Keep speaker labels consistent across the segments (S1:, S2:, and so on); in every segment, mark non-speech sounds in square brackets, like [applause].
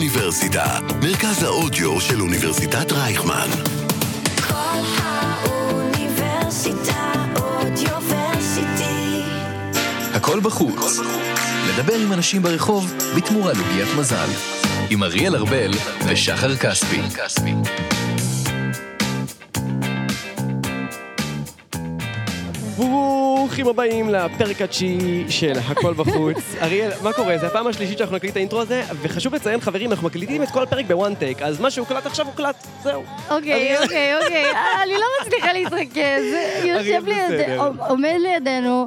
S1: האוניברסיטה, מרכז האודיו של אוניברסיטת רייכמן.
S2: כל האוניברסיטה אודיוורסיטי.
S3: הכל בחוץ. לדבר עם אנשים ברחוב בתמורה לעוגיית מזל. עם אריאל ארבל ושחר כספי.
S4: ברוכים הבאים לפרק התשיעי של
S5: [laughs]
S4: הכל בחוץ. אריאל, מה קורה? זו הפעם השלישית שאנחנו נקליט את האינטרו הזה, וחשוב לציין, חברים, אנחנו מקליטים את כל הפרק בוואן טייק, אז מה שהוקלט עכשיו הוקלט, זהו.
S5: אוקיי,
S4: אריאל.
S5: אוקיי, אוקיי. אה, אני לא מצליחה
S4: [laughs]
S5: להתרכז. יושב
S4: אריאל
S5: ליד...
S4: בסדר.
S5: עומד לידינו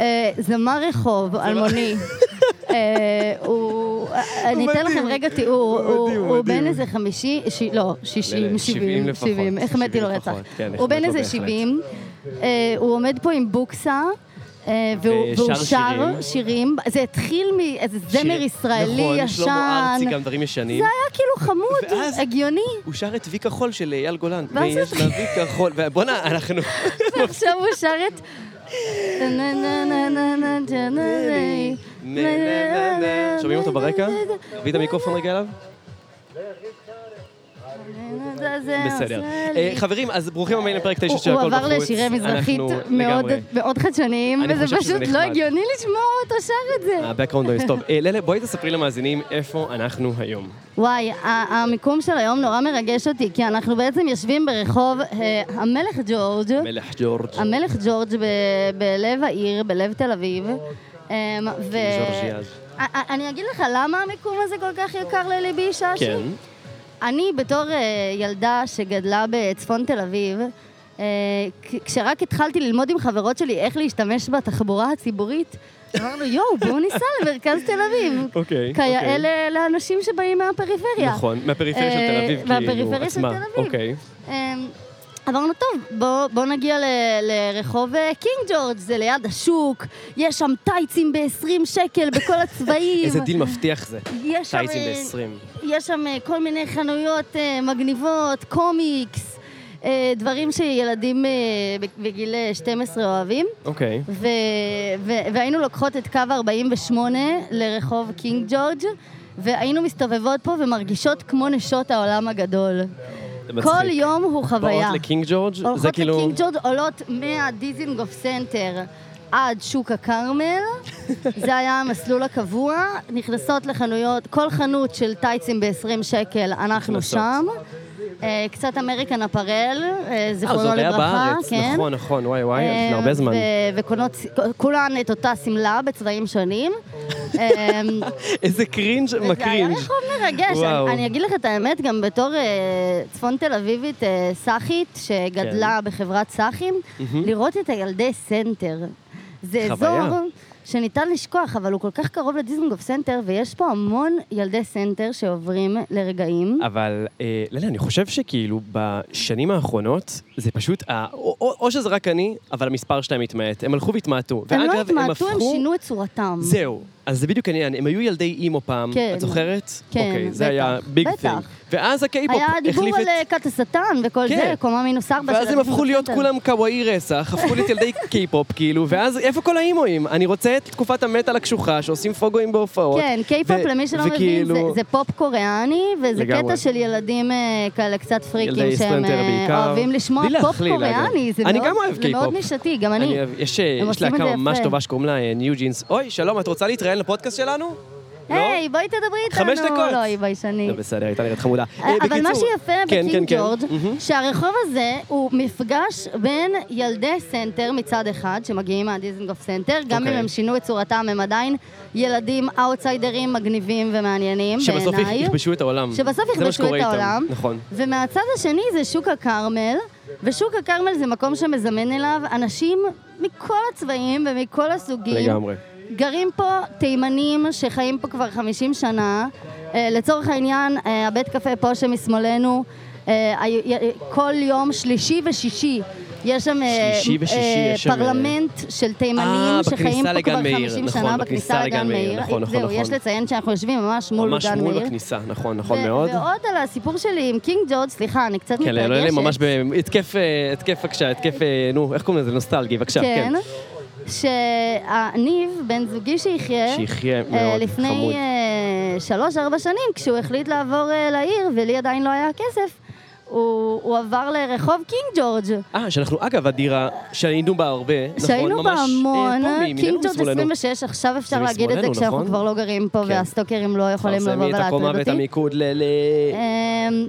S5: אה, זמר
S4: [laughs]
S5: רחוב, אלמוני. אה, הוא... אני אתן לכם רגע תיאור.
S4: הוא
S5: הוא-
S4: מדהים,
S5: הוא
S4: מדהים.
S5: בן איזה חמישי... ש- לא, שישים,
S4: לא, שבעים
S5: שבעים,
S4: לפחות,
S5: שבעים. איך
S4: שבעים
S5: מתי לו רצח?
S4: לפחות, כן,
S5: הוא
S4: החמאת
S5: בן
S4: לו
S5: איזה
S4: בהחלט.
S5: שבעים. אה, הוא עומד פה עם בוקסה. אה, והוא
S4: ושר
S5: והוא
S4: שירים.
S5: שר שירים, זה התחיל מאיזה זמר
S4: שיר-
S5: ישראלי
S4: נכון, שלמה
S5: ישן,
S4: ארצי, גם דברים ישנים.
S5: זה היה כאילו חמוד,
S4: ואז-
S5: הגיוני.
S4: הוא שר את וי כחול של אה, אייל גולן.
S5: ואז
S4: ויש לה וי כחול, ובואנה, אנחנו...
S5: עכשיו הוא שר את...
S4: שומעים אותו ברקע? תביא את המיקרופון רגע אליו. בסדר. אה, חברים, אז ברוכים הבאים לפרק 9 של
S5: הוא
S4: הכל
S5: הוא
S4: בחוץ.
S5: עבר לשירי מזרחית
S4: אנחנו-
S5: מאוד-
S4: לגמרי.
S5: מאוד חדשניים,
S4: אני
S5: וזה
S4: חושב שזה
S5: פשוט לא
S4: נחמד.
S5: הגיוני לשמוע אותו שר את זה.
S4: ה-Background noise, טוב. אה, ללה, בואי תספרי למאזינים איפה אנחנו היום.
S5: וואי, ה- המיקום של היום נורא מרגש אותי, כי אנחנו בעצם יושבים ברחוב אה, המלך ג'ורג'.
S4: מלך ג'ורג'.
S5: המלך ג'ורג' ב- בלב העיר, בלב תל אביב. אמ, ו...
S4: ג'ורג'יאז.
S5: א- א- אני אגיד לך למה המיקום הזה כל כך יקר לליבי, ששי?
S4: כן.
S5: אני בתור אה, ילדה שגדלה בצפון תל אביב, אה, כ- כשרק התחלתי ללמוד עם חברות שלי איך להשתמש בתחבורה הציבורית, אמרנו, יואו, בואו ניסע למרכז תל אביב.
S4: אוקיי,
S5: כיאה
S4: אוקיי.
S5: ל- לאנשים שבאים מהפריפריה.
S4: נכון, מהפריפריה של תל
S5: אה,
S4: אביב, כאילו,
S5: מהפריפריה של
S4: עצמה.
S5: תל אביב.
S4: אוקיי.
S5: אמ, אמרנו, טוב, בוא, בוא נגיע ל, לרחוב אה, קינג ג'ורג', זה ליד השוק, יש שם טייצים ב-20 שקל בכל הצבעים.
S4: [laughs] איזה דיל מבטיח זה.
S5: יש שם,
S4: טייצים
S5: אה,
S4: ב-20.
S5: יש שם אה, כל מיני חנויות אה, מגניבות, קומיקס, אה, דברים שילדים אה, ב- בגיל אה, 12 אוהבים.
S4: אוקיי.
S5: ו- ו- והיינו לוקחות את קו 48 לרחוב קינג ג'ורג', והיינו מסתובבות פה ומרגישות כמו נשות העולם הגדול.
S4: זה מצחיק.
S5: כל יום הוא חוויה.
S4: באות לקינג ג'ורג', זה
S5: הולכות
S4: כאילו...
S5: לקינג ג'ורג' עולות מהדיזינגוף סנטר עד
S4: [laughs]
S5: שוק הכרמל, זה היה המסלול הקבוע, נכנסות לחנויות, כל חנות של טייצים ב-20 שקל, אנחנו
S4: נכנסות.
S5: שם. אה, קצת אמריקן אפרל, אה,
S4: אה, זה
S5: זיכרונו
S4: עוד היה
S5: לברכה,
S4: בארץ.
S5: כן.
S4: נכון, נכון, וואי וואי,
S5: אה,
S4: לפני הרבה זמן.
S5: ו- וקונות ס- כולן את אותה שמלה בצבעים
S4: [laughs]
S5: שונים. אה,
S4: איזה קרינג'
S5: וזה היה נכון.
S4: מקרינג'.
S5: רחוב מרגש.
S4: וואו.
S5: אני, אני אגיד לך את האמת, גם בתור אה, צפון תל אביבית אה, סאחית, שגדלה
S4: כן.
S5: בחברת סאחים, לראות את הילדי סנטר. זה
S4: חוויה.
S5: אזור שניתן לשכוח, אבל הוא כל כך קרוב לדיזנגוף סנטר, ויש פה המון ילדי סנטר שעוברים לרגעים.
S4: אבל אה, ללה, אני חושב שכאילו בשנים האחרונות, זה פשוט, ה- או, או, או שזה רק אני, אבל המספר שלהם התמעט. הם הלכו והתמעטו.
S5: הם לא
S4: ואגב,
S5: התמעטו, הם
S4: הפכו-
S5: שינו את צורתם.
S4: זהו, אז זה בדיוק העניין, הם היו ילדי אימו פעם,
S5: כן.
S4: את זוכרת?
S5: כן,
S4: אוקיי, זה
S5: בטח,
S4: היה ביג
S5: בטח.
S4: פינג. ואז הקיי-פופ
S5: היה
S4: החליף
S5: דיבור
S4: את...
S5: על אה, כת השטן וכל
S4: כן.
S5: זה, קומה מינוס ארבע. של
S4: ואז הם הפכו
S5: הדיזנגוף
S4: להיות
S5: סנטר.
S4: כולם קוואי רסח, הפכו להיות
S5: [laughs]
S4: ילדי קיי-פופ, כאילו, ואז איפה כל האימואים? אני רוצה את תקופת המטאל הקשוחה, שעושים פוגואים בהופעות.
S5: כן, קיי-פופ
S4: ו-
S5: למי שלא מבין,
S4: וכאילו-
S5: זה, זה פופ קוריאני, וזה
S4: לגמרי.
S5: קטע של ילדים אה, כאלה קצת
S4: ילדי
S5: פריקים שהם
S4: סטנטר
S5: אה,
S4: בעיקר.
S5: אוהבים לשמוע
S4: בלי
S5: פופ
S4: להכליל,
S5: קוריאני,
S4: אגב.
S5: זה
S4: אני
S5: מאוד-
S4: גם אוהב
S5: זה מאוד
S4: קיי-פופ.
S5: נישתי, גם אני.
S4: אני אוהב- יש אה,
S5: הם
S4: יש
S5: עושים את
S4: להקה
S5: זה
S4: ממש
S5: יפה.
S4: טובה שקוראים לה אה, ניו ג'ינס. אוי, שלום, את רוצה להתראיין לפודקאסט שלנו? לא?
S5: היי, בואי תדברי איתנו.
S4: חמש דקות.
S5: לא, היא ביישנית.
S4: זה בסדר, הייתה נראית חמודה. אה,
S5: אבל מה
S4: בקיצור-
S5: שיפה
S4: כן, כן,
S5: בקינג
S4: כן.
S5: ג'ורג',
S4: מהמם.
S5: שהרחוב הזה הוא מפגש בין ילדי סנטר מצד אחד, שמגיעים מהדיזנגוף סנטר, גם אם
S4: אוקיי.
S5: הם שינו את צורתם, הם עדיין ילדים אאוטסיידרים מגניבים ומעניינים
S4: שבסוף
S5: בעיניי.
S4: יכבשו את העולם.
S5: שבסוף
S4: זה מה
S5: יכבשו
S4: שקורה
S5: את
S4: איתם.
S5: העולם.
S4: נכון.
S5: ומהצד השני זה שוק הכרמל, ושוק הכרמל זה מקום שמזמן אליו אנשים מכל הצבעים ומכל הסוגים.
S4: לגמרי.
S5: גרים פה תימנים שחיים פה כבר 50 שנה. אה, לצורך העניין, אה, הבית קפה פה שמשמאלנו, אה, היו- י- כל יום שלישי ושישי. יש שם אה,
S4: שלישי ושישי,
S5: אה,
S4: יש שם, אה,
S5: פרלמנט של תימנים
S4: אה,
S5: שחיים
S4: בכניסה
S5: פה כבר
S4: לגן מאיר,
S5: 50
S4: נכון,
S5: שנה
S4: בכניסה לגן
S5: בכניסה לגן
S4: מאיר,
S5: מאיר.
S4: נכון, נכון,
S5: זהו, יש
S4: נכון.
S5: לציין שאנחנו יושבים ממש מול
S4: ממש
S5: גן מאיר.
S4: מול בכניסה, נכון, נכון
S5: ו-
S4: מאוד.
S5: ועוד על הסיפור שלי עם קינג ג'ורג', סליחה, אני קצת
S4: כן,
S5: מתרגשת.
S4: לא, לא, ממש בהתקף, אה, התקף, בבקשה, התקף, אה, נו, איך קוראים לזה? נוסטלגי, בבקשה, כן.
S5: כן. שהניב, בן זוגי שיחיה,
S4: שיחיה
S5: אה,
S4: מאוד,
S5: לפני
S4: חמוד.
S5: אה, שלוש-ארבע שנים, כשהוא החליט לעבור אה, לעיר, ולי עדיין לא היה כסף, הוא, הוא עבר לרחוב קינג ג'ורג'.
S4: אה, שאנחנו, אגב, הדירה, שהיינו בה הרבה, נכון,
S5: שהיינו בה
S4: ממש, אה,
S5: המון,
S4: פה מימיננו
S5: קינג ג'ורג'
S4: ושמאלנו.
S5: 26, עכשיו אפשר להגיד את זה
S4: משמאלנו,
S5: כשאנחנו
S4: נכון?
S5: כבר לא גרים פה
S4: כן.
S5: והסטוקרים לא יכולים לבוא
S4: תפרסמי את אה, הקומה
S5: ולהטריד
S4: ואת
S5: אותי.
S4: המיקוד ל... ל...
S5: אמ,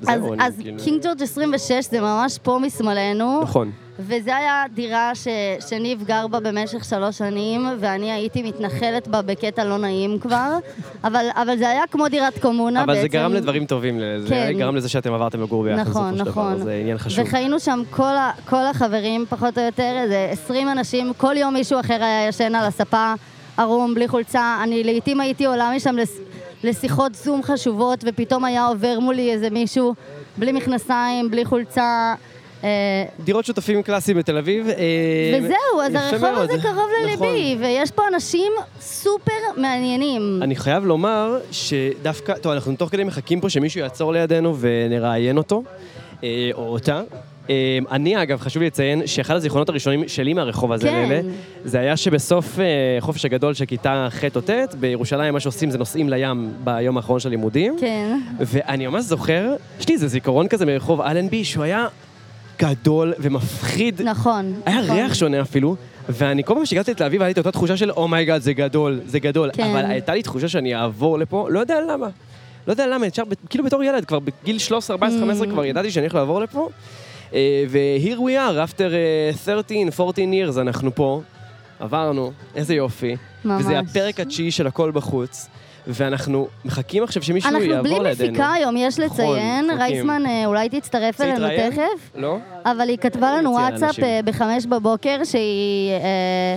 S4: זהו,
S5: אז,
S4: אני
S5: אז
S4: כאילו-
S5: קינג ג'ורג' 26 זה ממש פה משמאלנו,
S4: נכון.
S5: וזה היה דירה ש, שניב גר בה במשך שלוש שנים, ואני הייתי מתנחלת בה בקטע לא נעים כבר, אבל, אבל זה היה כמו דירת קומונה
S4: אבל
S5: בעצם.
S4: זה גרם לדברים טובים, לזה. זה
S5: כן.
S4: גרם לזה שאתם עברתם לגור ביחד
S5: נכון,
S4: בסופו של
S5: נכון.
S4: דבר, זה עניין חשוב.
S5: וחיינו שם כל, ה, כל החברים, פחות או יותר, איזה 20 אנשים, כל יום מישהו אחר היה ישן על הספה, ערום, בלי חולצה. אני לעיתים הייתי עולה משם לס, לשיחות זום חשובות, ופתאום היה עובר מולי איזה מישהו בלי מכנסיים, בלי חולצה. אה,
S4: דירות שותפים קלאסיים בתל אביב. אה,
S5: וזהו, אז
S4: יפה
S5: הרחוב הזה
S4: מאוד. נכון.
S5: קרוב לליבי, ויש פה אנשים סופר מעניינים.
S4: אני חייב לומר שדווקא, טוב, אנחנו תוך כדי מחכים פה שמישהו יעצור לידינו ונראיין אותו, אה, או אותה. אה, אני, אגב, חשוב לי לציין שאחד הזיכרונות הראשונים שלי מהרחוב הזה,
S5: כן.
S4: לאלה, זה היה שבסוף אה, חופש הגדול של כיתה ח' או ט', בירושלים מה שעושים זה נוסעים לים ביום האחרון של לימודים.
S5: כן.
S4: ואני ממש זוכר, יש לי איזה זיכרון כזה מרחוב אלנבי, שהוא היה גדול ומפחיד.
S5: נכון.
S4: היה
S5: נכון.
S4: ריח שונה אפילו, ואני כל פעם שהגעתי לתל אביב, היה לי את אותה תחושה של אומייגאד, זה גדול, זה גדול.
S5: כן.
S4: אבל הייתה לי תחושה שאני אעבור לפה, לא יודע למה. לא יודע למה, ישר, ב- כאילו בתור ילד, כבר בגיל 13,
S5: Mm.
S4: 14, 15 כבר ידעתי שאני הולך לעבור לפה. אה, ו-here we are, after אה, 13, 14 years, אנחנו פה. עברנו, איזה יופי.
S5: ממש.
S4: וזה הפרק התשיעי של הכל בחוץ, ואנחנו מחכים עכשיו שמישהו יעבור
S5: אנחנו
S4: לידינו.
S5: בלי מפיקה היום, יש
S4: נכון,
S5: לציין.
S4: חוקים.
S5: רייסמן אה, אולי תצטרף
S4: זה
S5: אלינו
S4: התראיין?
S5: תכף.
S4: לא?
S5: אבל היא כתבה לנו
S4: מציע
S5: וואטסאפ
S4: לאנשים.
S5: אה, בחמש בבוקר שהיא... אה,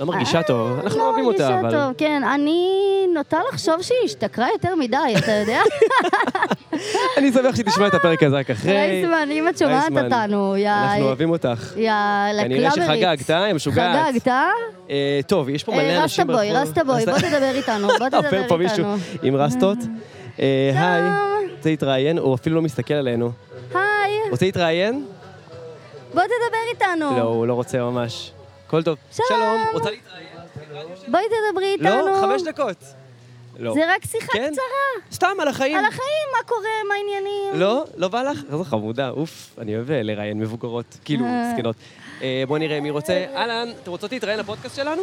S4: לא מרגישה טוב, אנחנו
S5: לא
S4: אוהבים אותה,
S5: מרגישה
S4: אבל...
S5: טוב, כן. אני נוטה לחשוב שהיא השתכרה יותר מדי, אתה
S4: [laughs]
S5: יודע?
S4: אני שמח שתשמע את הפרק הזה רק אחרי.
S5: רייסמן, אם את שומעת
S4: רייסמן,
S5: אותנו, יא... אה,
S4: אנחנו אוהבים אותך.
S5: יא
S4: כנראה
S5: לקלאברית.
S4: שחגגת, אה? היא משוגעת.
S5: חגגת, אה?
S4: אה, טוב, יש פה
S5: אה,
S4: מלא אנשים
S5: רסטבוי, רסטבוי, בוא תדבר איתנו,
S4: [laughs]
S5: בוא תדבר
S4: עובר פה מישהו
S5: איתנו.
S4: עם רסטות. אה, היי,
S5: שלום.
S4: רוצה להתראיין? הוא אפילו לא מסתכל עלינו.
S5: היי,
S4: רוצה להתראיין?
S5: בוא תדבר איתנו.
S4: לא, הוא לא רוצה ממש. כל טוב.
S5: אה. שלום.
S4: רוצה להתראיין?
S5: בואי תדברי איתנו.
S4: לא, חמש דקות. לא.
S5: זה רק שיחה
S4: כן?
S5: קצרה.
S4: סתם, על החיים.
S5: על החיים, מה קורה, מה העניינים?
S4: לא? לא בא לך? איזו חמודה, אוף, אני אוהב אה, לראיין מבוגרות, כאילו,
S5: אה.
S4: זקנות. אה, בוא נראה מי רוצה. אהלן, אתם רוצות להתראיין לפודקאסט שלנו?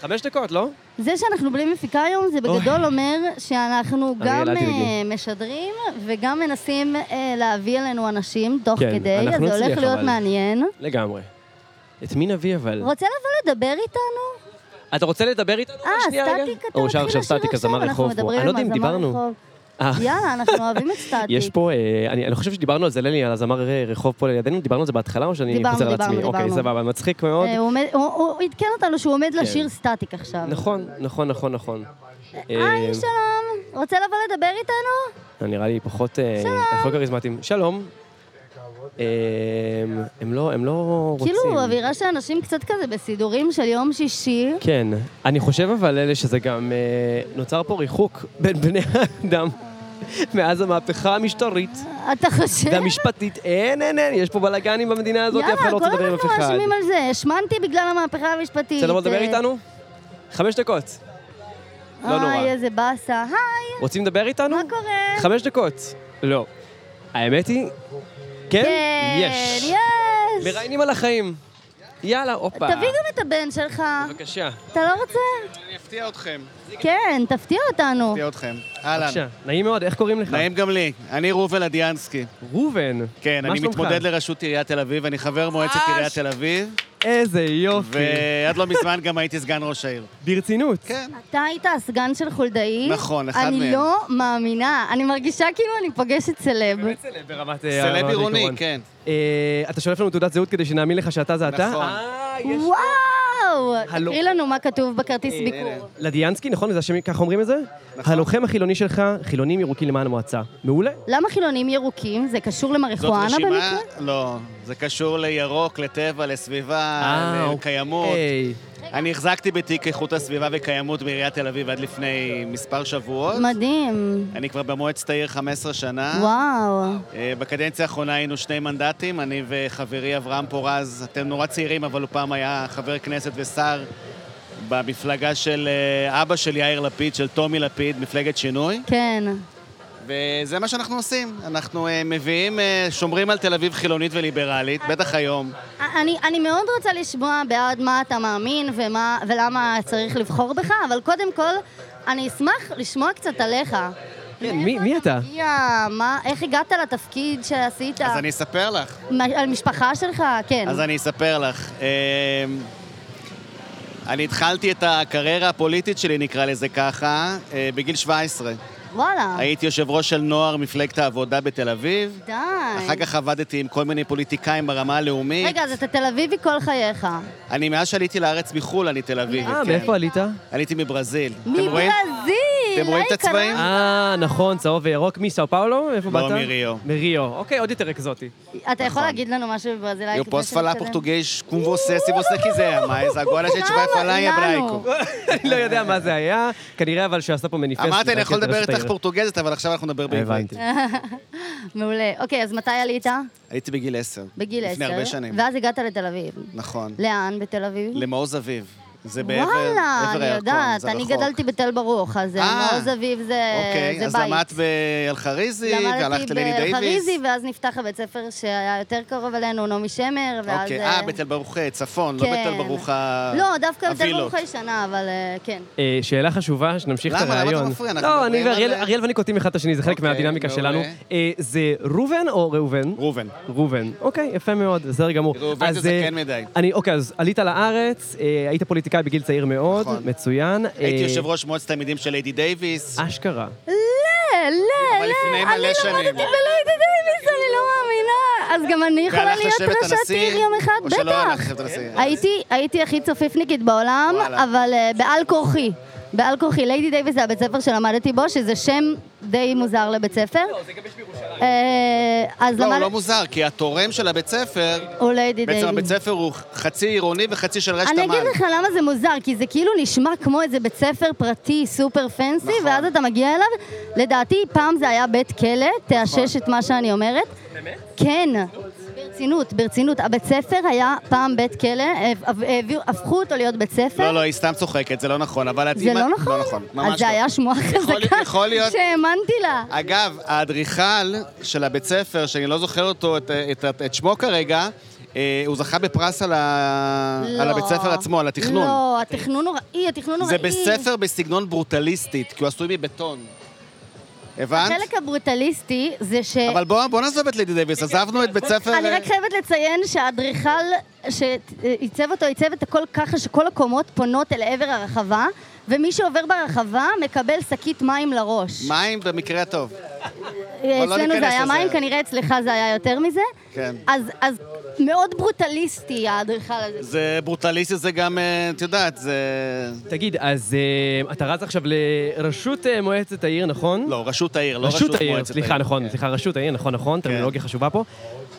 S4: חמש דקות, לא?
S5: זה שאנחנו בלי מפיקה היום, זה בגדול אומר שאנחנו
S4: אריאל,
S5: גם
S4: אל תדאגי.
S5: אה, משדרים וגם מנסים אה, להביא אלינו אנשים תוך
S4: כן,
S5: כדי, אז
S4: אנחנו
S5: זה
S4: נצליח,
S5: הולך להיות
S4: אבל.
S5: מעניין.
S4: לגמרי. את מי נביא אבל?
S5: רוצה לבוא לדבר איתנו?
S4: אתה רוצה לדבר איתנו?
S5: אה,
S4: לא, שנייה רגע?
S5: סטטיק, אתה
S4: או,
S5: מתחיל
S4: עכשיו
S5: לשיר
S4: סטטיק,
S5: עכשיו,
S4: הזמר
S5: אנחנו
S4: רחוב פה.
S5: מדברים
S4: אני לא
S5: עם
S4: יודע אם
S5: הזמר
S4: דיברנו.
S5: רחוב.
S4: אה,
S5: יאללה, אנחנו אוהבים את סטטיק.
S4: [laughs] יש פה, אה, אני אני חושב שדיברנו על זה, ללי, על הזמר אה, רחוב פה לידינו, דיברנו על זה בהתחלה או שאני
S5: דיברנו,
S4: חוזר על
S5: דיברנו,
S4: עצמי? אוקיי,
S5: דיברנו.
S4: סבבה, מצחיק מאוד.
S5: אה, הוא עומד- הוא- הוא הוא עדכן אותנו שהוא
S4: כן.
S5: עומד לשיר סטטיק עכשיו.
S4: נכון, נכון, נכון, נכון. אה,
S5: היי, שלום. רוצה לבוא לדבר איתנו?
S4: לא, נראה לי פחות... אה, פחות כריזמטיים. שלום. אה, הם לא, הם לא רוצים.
S5: כאילו, אווירה של אנשים קצת כזה בסידורים של יום שישי.
S4: כן. אני חושב אבל, אלה, שזה גם... אה, נוצר פה ריחוק בין בני האדם. מאז המהפכה המשטרית
S5: אתה חושב?
S4: והמשפטית, אין, אין, אין, יש פה בלאגנים במדינה הזאת, אף אחד לא רוצה לדבר עם אף
S5: כן. יאללה, כל
S4: אחד.
S5: הזמן מאשימים על זה. השמנתי בגלל המהפכה המשפטית.
S4: רוצה לבוא לדבר
S5: אה,
S4: איתנו? חמש דקות. לא נורא.
S5: היי, איזה באסה. היי,
S4: רוצים לדבר איתנו?
S5: אה, מה קורה?
S4: חמש דקות. לא. האמת היא... כן? יש.
S5: יש.
S4: מראיינים על החיים. יאללה, הופה.
S5: תביא גם את הבן שלך.
S4: בבקשה.
S5: אתה לא רוצה?
S6: אני אפתיע אתכם,
S5: כן, תפתיע אותנו.
S6: אפתיע אתכם. אהלן.
S4: בבקשה. נעים מאוד, איך קוראים לך?
S6: נעים גם לי, אני ראובן אדיאנסקי.
S4: ראובן.
S6: כן,
S4: מה
S6: אני
S4: שלומך?
S6: מתמודד לראשות עיריית תל אביב, אני חבר מועצת
S4: אה,
S6: עיריית
S4: ש-
S6: תל [laughs] אביב,
S4: איזה יופי.
S6: ועד לא מזמן גם הייתי סגן ראש העיר.
S4: ברצינות.
S6: כן.
S5: אתה היית הסגן של חולדאי.
S6: נכון, אחד
S5: אני
S6: מהם.
S5: לא מאמינה. אני מרגישה כאילו אני פוגשת סלב.
S4: באמת סלב ברמת... אה,
S6: סלב
S4: ברמת
S6: עירוני,
S4: העיקרון.
S6: כן.
S4: אה, אתה שולף לנו תעודת זהות כדי שנאמין לך שאתה זה אתה?
S6: נכון.
S4: אה, יש...
S5: וואו!
S4: הלו.
S5: תקריא לנו מה כתוב בכרטיס
S6: אה,
S5: ביקור.
S4: לדיאנסקי, נכון? זה השם, ככה אומרים את זה?
S6: נכון. אה,
S4: הלוחם החילוני שלך, חילונים ירוקים למען המועצה. מעולה.
S5: למה חילונים ירוקים? זה קשור
S6: זאת
S5: למריחואנה
S6: רשימה...
S5: במקרה?
S6: לא, זה קשור לירוק, לטבע, לסביבה,
S4: אה, אוקיי.
S6: לקיימות.
S4: היי.
S6: אני החזקתי בתיק איכות הסביבה וקיימות בעיריית תל אביב עד לפני מספר שבועות.
S5: מדהים.
S6: אני כבר במועצת העיר 15 שנה.
S5: וואו.
S6: אה, בקדנציה האחרונה היינו שני מנדטים, אני וחברי אברהם פורז, אתם נורא צעירים, אבל הוא פעם היה חבר כנסת ושר במפלגה של אה, אבא של יאיר לפיד, של טומי לפיד, מפלגת שינוי.
S5: כן.
S6: וזה מה שאנחנו עושים. אנחנו אה, מביאים, אה, שומרים על תל אביב חילונית וליברלית, בטח היום.
S5: אני, אני מאוד רוצה לשמוע בעד מה אתה מאמין ומה, ולמה צריך לבחור בך, אבל קודם כל, אני אשמח לשמוע קצת עליך.
S7: כן,
S5: מאיפה
S7: מי- מי אתה?
S5: מגיע? מה, איך הגעת לתפקיד שעשית?
S6: אז אני אספר לך.
S5: מה- על משפחה שלך? כן.
S6: אז אני אספר לך. אמ, אני התחלתי את הקריירה הפוליטית שלי, נקרא לזה ככה, אה, בגיל 17.
S5: אה. וואלה.
S6: הייתי יושב ראש של נוער מפלגת העבודה בתל אביב.
S5: די.
S6: אחר כך עבדתי עם כל מיני פוליטיקאים ברמה הלאומית.
S5: רגע, אז אתה תל אביבי כל חייך.
S6: אני, מאז שעליתי לארץ מחו"ל, אני תל אביבי.
S7: אה,
S6: כן.
S7: מאיפה עלית?
S6: עליתי מברזיל. אתם רואים?
S5: מברזיל!
S6: אתם רואים
S5: היי,
S6: את הצבעים?
S5: קרה.
S7: אה, נכון, צהוב וירוק. מסאו פאולו? איפה
S6: לא,
S7: באת?
S6: מריו.
S7: מריו. אוקיי, עוד יותר אקזוטי.
S5: אתה
S6: נכון.
S5: יכול להגיד לנו משהו בברזיל?
S6: Eu
S5: לפני
S6: posso falar
S5: שנתקדם?
S6: português com você se você quiser, mas agora a gente vai falar em hebraico.
S7: אני לא יודע מה זה היה, כנראה אבל שהוא עשה פה מניפסט.
S6: אמרתי, אני
S7: לדעתי,
S6: יכול
S7: את
S6: לדבר
S7: רשות
S6: איתך
S7: העיר.
S6: פורטוגזית, אבל עכשיו אנחנו נדבר בעברית.
S7: הבנתי.
S5: מעולה. אוקיי, אז מתי עלית?
S6: הייתי בגיל עשר.
S5: בגיל 10.
S6: לפני הרבה שנים.
S5: ואז הגעת לתל אביב.
S6: נכון.
S5: לאן בתל אביב?
S6: למעוז אביב. זה בעבר
S5: וואלה,
S6: עבר
S5: אני
S6: הירקון,
S5: יודעת,
S6: זה
S5: אני
S6: רחוק.
S5: גדלתי בתל ברוך, אז
S6: אה.
S5: מעוז אביב זה
S6: אוקיי,
S5: זה
S6: אז
S5: בית.
S6: למדת באלחריזי, והלכת לליני
S5: למדתי
S6: דייוויס.
S5: בחריזי, ואז נפתח הבית ספר שהיה יותר קרוב אלינו, נעמי שמר, ואז...
S6: אוקיי, אה,
S5: אה,
S6: בתל ברוך אה, צפון, לא
S5: כן.
S6: בתל ברוך ה...
S5: לא, דווקא בתל
S6: הווילות.
S5: ברוך הישנה, אבל אה, כן.
S7: אה, שאלה חשובה, שנמשיך את
S6: למה? למה אתה
S7: הרעיון.
S6: מפריע? אנחנו
S7: לא,
S6: מדברים
S7: אני ואריאל
S6: על-
S7: אריאל ואני קוטעים אחד את השני, זה חלק
S6: אוקיי,
S7: מהדינמיקה
S6: מעולה.
S7: שלנו. אה, זה ראובן או ראובן?
S6: ראובן.
S4: אה,
S7: ראובן. אוקיי, יפה מאוד, בסדר גמור.
S6: ראובן
S7: אז,
S6: זה זקן
S7: אה,
S6: מדי.
S7: אני, אוקיי, אז עלית לארץ, אה, היית פוליטיקאי בגיל צעיר מאוד,
S6: נכון.
S7: מצוין.
S6: הייתי
S7: אה,
S6: יושב ראש מועצת תלמידים של ליני
S4: אה,
S6: דייוויס.
S7: אשכרה.
S5: לא, לא,
S6: אבל לפני
S5: לא,
S6: מלא
S5: אני
S6: שנים.
S5: למדתי בליידי דייוויס, אני לא מאמינה. אז גם אני יכולה
S6: והלכת
S5: להיות
S6: לשבת
S5: ראשת
S6: הנשיא?
S5: עיר יום אחד,
S6: או
S5: בטח.
S6: שלא הלכת לשבת הנשיא?
S5: הייתי- הייתי הכי צופיפניקית בעולם,
S6: וואלה.
S5: אבל אה, בעל כורחי. בעל כורחי, ליידי דייוויס זה הבית ספר שלמדתי בו, שזה שם די מוזר לבית ספר. לא, זה גם יש בירושלים. אז
S6: לא, הוא
S5: למד...
S6: לא מוזר, כי התורם של הבית ספר,
S5: הוא ליידי דייוויס.
S6: בעצם הבית ספר הוא חצי עירוני וחצי של רשת
S5: אני
S6: המים.
S5: אגיד לך למה זה מוזר, כי זה כאילו נשמע כמו איזה בית ספר פרטי סופר פנסי, נכון. ואז אתה מגיע אליו. לדעתי, פעם זה היה בית כלא,
S6: נכון.
S5: תאשש את מה שאני אומרת. באמת? כן. ברצינות, ברצינות. הבית ספר היה פעם בית כלא, הפ- הפ- הפכו אותו להיות בית ספר.
S6: לא, לא, היא סתם צוחקת, זה לא נכון, אבל את...
S5: זה
S6: אם
S5: לא
S6: את-
S5: נכון?
S6: לא נכון, ממש לא.
S5: אז זה היה שמועה
S6: יכול-
S5: חזקה
S6: יכול להיות-
S5: שהאמנתי לה.
S6: אגב, האדריכל של הבית ספר, שאני לא זוכר אותו, את, את, את, את שמו כרגע, אה, הוא זכה בפרס על, ה...
S5: לא.
S6: על הבית ספר עצמו, על התכנון.
S5: לא, התכנון נוראי, התכנון נוראי.
S6: זה בית ספר בסגנון ברוטליסטית, כי הוא עשוי מבטון. הבנת?
S5: החלק הברוטליסטי זה ש...
S6: אבל בוא, בוא נעזוב את לידי דייוויס, עזבנו את בית ספר... אה,
S5: אני רק חייבת לציין שהאדריכל שעיצב אותו, עיצב את הכל ככה שכל הקומות פונות אל עבר הרחבה, ומי שעובר ברחבה מקבל שקית מים לראש.
S6: מים במקרה הטוב.
S5: אה,
S6: אבל לא
S5: אצלנו זה
S6: ניכנס
S5: היה
S6: לזה.
S5: מים, כנראה אצלך זה היה יותר מזה.
S6: כן.
S5: אז, אז מאוד ברוטליסטי האדריכל הזה.
S6: זה ברוטליסטי, זה גם, אה, את יודעת, זה...
S7: תגיד, אז אה, אתה רץ עכשיו לראשות אה, מועצת העיר, נכון?
S6: לא, רשות העיר, לא רשות,
S7: רשות העיר,
S6: מועצת כן.
S7: סליחה, נכון, סליחה, רשות העיר, נכון, נכון, טרמינולוגיה חשובה פה.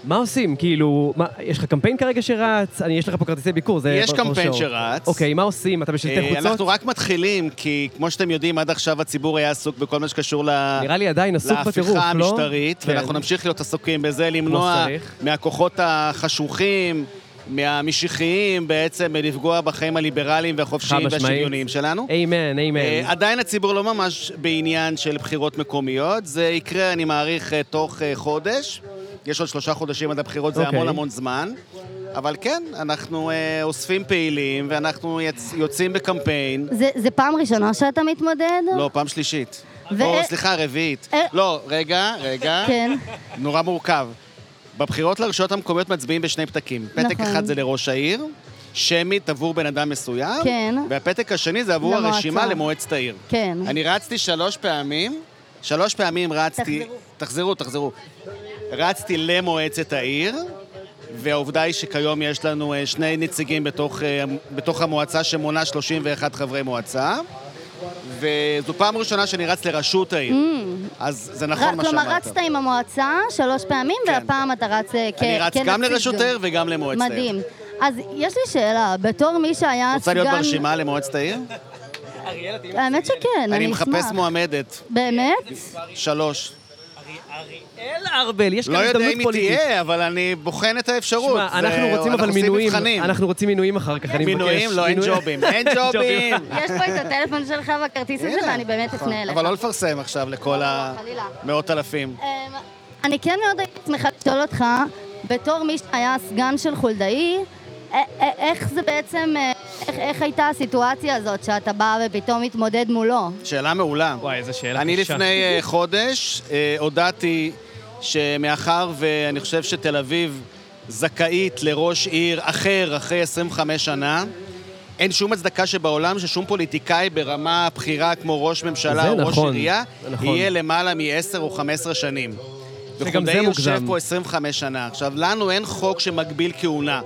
S7: מה עושים? כאילו, מה, יש לך קמפיין כרגע שרץ? אני, יש לך פה כרטיסי ביקור, זה...
S6: יש
S7: כבר- כבר
S6: קמפיין
S7: שעות.
S6: שרץ.
S7: אוקיי, מה עושים? אתה בשלטי
S6: אה,
S7: חוצות?
S6: אנחנו רק מתחילים, כי כמו שאתם יודעים, עד עכשיו הציבור היה עסוק בכל מה שקשור ל...
S7: נראה לי עדיין עסוק בטירוף, לא?
S6: להפיכה המשטרית,
S7: כן.
S6: ואנחנו נמשיך להיות עסוקים בזה, למנוע
S7: שצריך.
S6: מהכוחות החשוכים, מהמשיחיים בעצם, לפגוע בחיים הליברליים
S7: חד
S6: והחופשיים
S7: משמעית.
S6: והשוויוניים שלנו.
S7: איימן,
S6: אה,
S7: איימן.
S6: עדיין הציבור לא ממש בעניין של בחירות מקומיות, זה יקרה, אני מעריך, אה, תוך אה, חודש. יש עוד שלושה חודשים עד הבחירות, זה
S7: אוקיי.
S6: המון המון זמן. אבל כן, אנחנו אה, אוספים פעילים, ואנחנו יצ- יוצאים בקמפיין.
S5: זה, זה פעם ראשונה שאתה מתמודד?
S6: לא, פעם שלישית.
S5: ו-
S6: או, סליחה, רביעית.
S5: אה-
S6: לא, רגע, רגע.
S5: כן.
S6: נורא מורכב. בבחירות לרשויות המקומיות מצביעים בשני פתקים. פתק
S5: נכון.
S6: אחד זה לראש העיר, שמית עבור בן אדם מסוים,
S5: כן.
S6: והפתק השני זה עבור
S5: למועצה.
S6: הרשימה למועצת העיר.
S5: כן.
S6: אני רצתי שלוש פעמים, שלוש פעמים רצתי... תחזרו. תחזרו, רצתי למועצת העיר, והעובדה היא שכיום יש לנו אה, שני נציגים בתוך, אה, בתוך המועצה שמונה 31 חברי מועצה. וזו פעם ראשונה שאני רץ לראשות העיר, אז זה נכון מה שאמרת.
S5: Mm. כלומר, רצת עם המועצה שלוש פעמים,
S6: כן.
S5: והפעם אתה רץ אה, כ-
S6: אני רץ גם
S5: כנציג.
S6: לראשות העיר וגם למועצת העיר.
S5: מדהים. אז יש לי שאלה, בתור מי שהיה סגן...
S6: רוצה להיות ברשימה למועצת העיר?
S5: האמת שכן, אני אשמח.
S6: אני מחפש מועמדת.
S5: באמת?
S6: שלוש.
S7: אריאל ארבל, יש כאן
S6: לא יודע אם
S7: הזדמנות
S6: היא
S7: פוליטית.
S6: תהיה, אבל אני בוחן את האפשרות.
S7: שמע, אנחנו
S6: זה-
S7: רוצים אבל
S6: עושים
S7: מינויים.
S6: מבחנים.
S7: אנחנו רוצים מינויים אחר כך, אני מבקש.
S6: מינויים, לא, אין ג'ובים.
S7: [laughs]
S6: אין ג'ובים!
S5: יש פה את הטלפון שלך והכרטיס הזה,
S6: הנה.
S5: ואני באמת
S6: נכון.
S5: אפנה אליך.
S6: אבל לא לפרסם עכשיו לכל
S5: לא, חלילה.
S6: המאות אלפים.
S5: אמ, אני כן מאוד הייתי שמחה לשאול אותך, בתור מי שהיה הסגן של חולדאי, א- א- איך זה בעצם, אה, איך- איך הייתה הסיטואציה הזאת שאתה בא ופתאום מתמודד מולו?
S6: שאלה מעולה.
S4: וואי, איזה שאלה
S6: אני
S4: קשה.
S6: לפני אה, חודש אה, הודעתי שמאחר ואני חושב שתל אביב זכאית לראש עיר אחר אחרי 25 שנה, אין שום הצדקה שבעולם ששום פוליטיקאי ברמה הבכירה כמו ראש ממשלה
S7: זה
S6: או ראש
S7: נכון,
S6: עירייה,
S7: זה נכון.
S6: יהיה למעלה מ-10 או 15 שנים.
S7: זה גם
S6: וחולדאי
S7: זה
S6: יושב
S7: מוגזם.
S6: פה 25 שנה. עכשיו, לנו אין חוק שמגביל כהונה.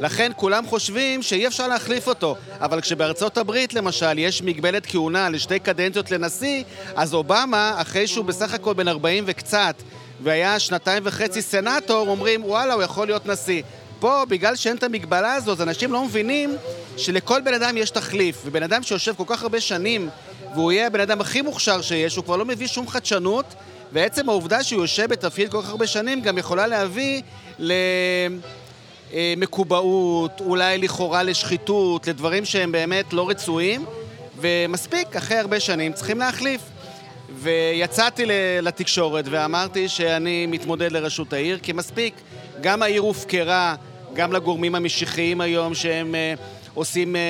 S6: לכן כולם חושבים שאי אפשר להחליף אותו. אבל כשבארצות הברית, למשל, יש מגבלת כהונה לשתי קדנציות לנשיא, אז אובמה, אחרי שהוא בסך הכל בן 40 וקצת, והיה שנתיים וחצי סנאטור, אומרים, וואלה, הוא יכול להיות נשיא. פה, בגלל שאין את המגבלה הזו, אז אנשים לא מבינים שלכל בן אדם יש תחליף. ובן אדם שיושב כל כך הרבה שנים, והוא יהיה הבן אדם הכי מוכשר שיש, הוא כבר לא מביא שום חדשנות, ועצם העובדה שהוא יושב בתפקיד כל כך הרבה שנים גם יכולה להביא למקובעות, אה, אולי לכאורה לשחיתות, לדברים שהם באמת לא רצויים, ומספיק, אחרי הרבה שנים צריכים להחליף. ויצאתי ל- לתקשורת ואמרתי שאני מתמודד לראשות העיר, כי מספיק, גם העיר הופקרה, גם לגורמים המשיחיים היום שהם אה, עושים אה,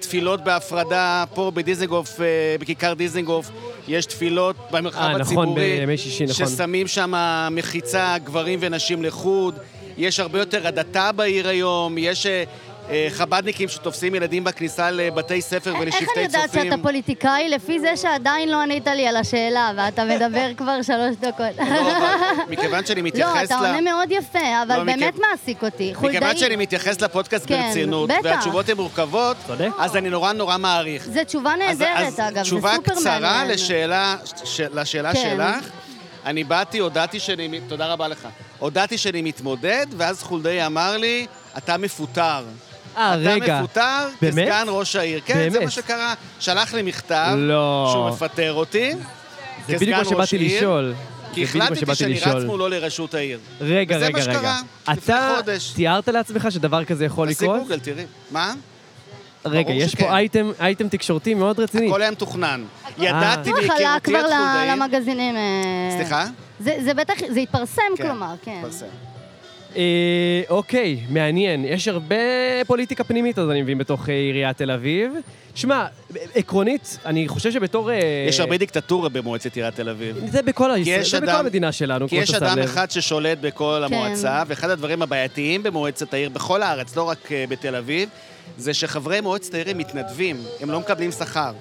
S6: תפילות בהפרדה, פה בדיזנגוף, אה, בכיכר דיזנגוף, יש תפילות במרחב
S7: אה, נכון,
S6: הציבורי.
S7: בימי שישי, נכון.
S6: ששמים שם מחיצה, גברים ונשים לחוד, יש הרבה יותר הדתה בעיר היום, יש אה, אה, חב"דניקים שתופסים ילדים בכניסה לבתי ספר ולשבטי צופים.
S5: איך אני יודעת שאתה פוליטיקאי? לפי זה שעדיין לא ענית לי על השאלה, ואתה
S6: [laughs]
S5: מדבר כבר שלוש דקות.
S6: לא, אבל מכיוון שאני מתייחס ל...
S5: [laughs] לא, אתה עונה מאוד יפה,
S6: לא,
S5: אבל
S6: מכיו-
S5: באמת מעסיק אותי.
S6: מכיוון שאני
S5: חולדאי,
S6: מתייחס לפודקאסט
S5: כן,
S6: ברצינות,
S5: בטח.
S6: והתשובות הן מורכבות,
S4: צודק.
S6: אז אני נורא נורא מעריך.
S5: זו תשובה נהדרת, אגב, זה סופר מעניין.
S6: אז תשובה קצרה לשאלה, ש, לשאלה
S5: כן.
S6: שלך. אני באתי, הודעתי שאני... מ- תודה רבה לך. הודעתי שאני מתמודד, ואז חולדאי אמר לי, אתה מפוטר.
S7: אה,
S6: אתה
S7: רגע.
S6: מפוטר
S7: באמת?
S6: כסגן ראש העיר. כן, זה
S7: באמת?
S6: מה שקרה. שלח לי מכתב
S7: לא.
S6: שהוא מפטר אותי.
S7: זה בדיוק מה
S6: כסגן ראש
S7: שבאתי
S6: עיר,
S7: לשאול.
S6: כי
S7: זה בדיוק מה
S6: החלטתי
S7: שבאתי
S6: שאני
S7: לשאול.
S6: רץ מולו לראשות העיר.
S7: רגע,
S6: וזה
S7: רגע,
S6: מה
S7: רגע.
S6: שקרה לפני
S7: אתה
S6: חודש.
S7: תיארת לעצמך שדבר כזה יכול
S6: תעשי
S7: לקרות?
S6: גוגל, תראי. מה?
S7: רגע,
S6: ברור
S7: יש
S6: שכן.
S7: פה אייטם- אייטם תורתי מאוד רציני.
S6: הכל היה מתוכנן.
S7: אה.
S6: ידעתי
S5: הוא חלה
S6: מהיכרותי את
S5: אה, כבר ל-
S6: חולדאי.
S5: למגזינים. אה,
S6: סליחה?
S5: זה זה בטח, זה התפרסם
S6: כן,
S5: כלומר, כן.
S6: פרסם.
S7: אה, אוקיי, מעניין. יש הרבה פוליטיקה פנימית, אז אני מבין, בתוך אה, עיריית תל אביב. שמע, עקרונית, אני חושב שבתור... אה,
S6: יש הרבה דיקטטורה במועצת עיריית תל אביב.
S7: זה בכל
S6: כי
S7: הישראל,
S6: יש
S7: לא, זה בכל
S6: אדם-
S7: המדינה שלנו,
S6: כי
S7: כמו
S6: יש
S7: שאתה שם
S6: אדם
S7: לב.
S6: אחד ששולט בכל
S5: כן.
S6: המועצה, ואחד הדברים הבעייתיים במועצת העיר, בכל הארץ, לא רק אה, בתל אביב, זה שחברי מועצת העיר הם מתנדבים, הם לא מקבלים שכר.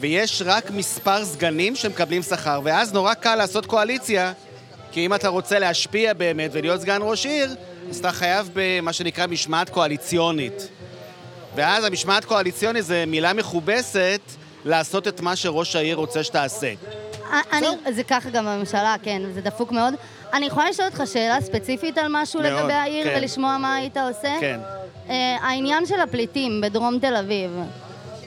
S6: ויש רק מספר סגנים שמקבלים שכר, ואז נורא קל לעשות קואליציה, כי אם אתה רוצה להשפיע באמת ולהיות סגן ראש עיר, אז אתה חייב במה שנקרא משמעת קואליציונית. ואז המשמעת קואליציונית זה מילה מכובסת לעשות את מה שראש העיר רוצה שתעשה.
S5: א- אה, אני- זה ככה גם בממשלה, כן, זה דפוק מאוד. אני יכולה לשאול אותך שאלה ספציפית על משהו
S6: מאוד,
S5: לגבי העיר
S6: כן.
S5: ולשמוע מה היית עושה?
S6: כן.
S5: אה, העניין של הפליטים בדרום תל אביב.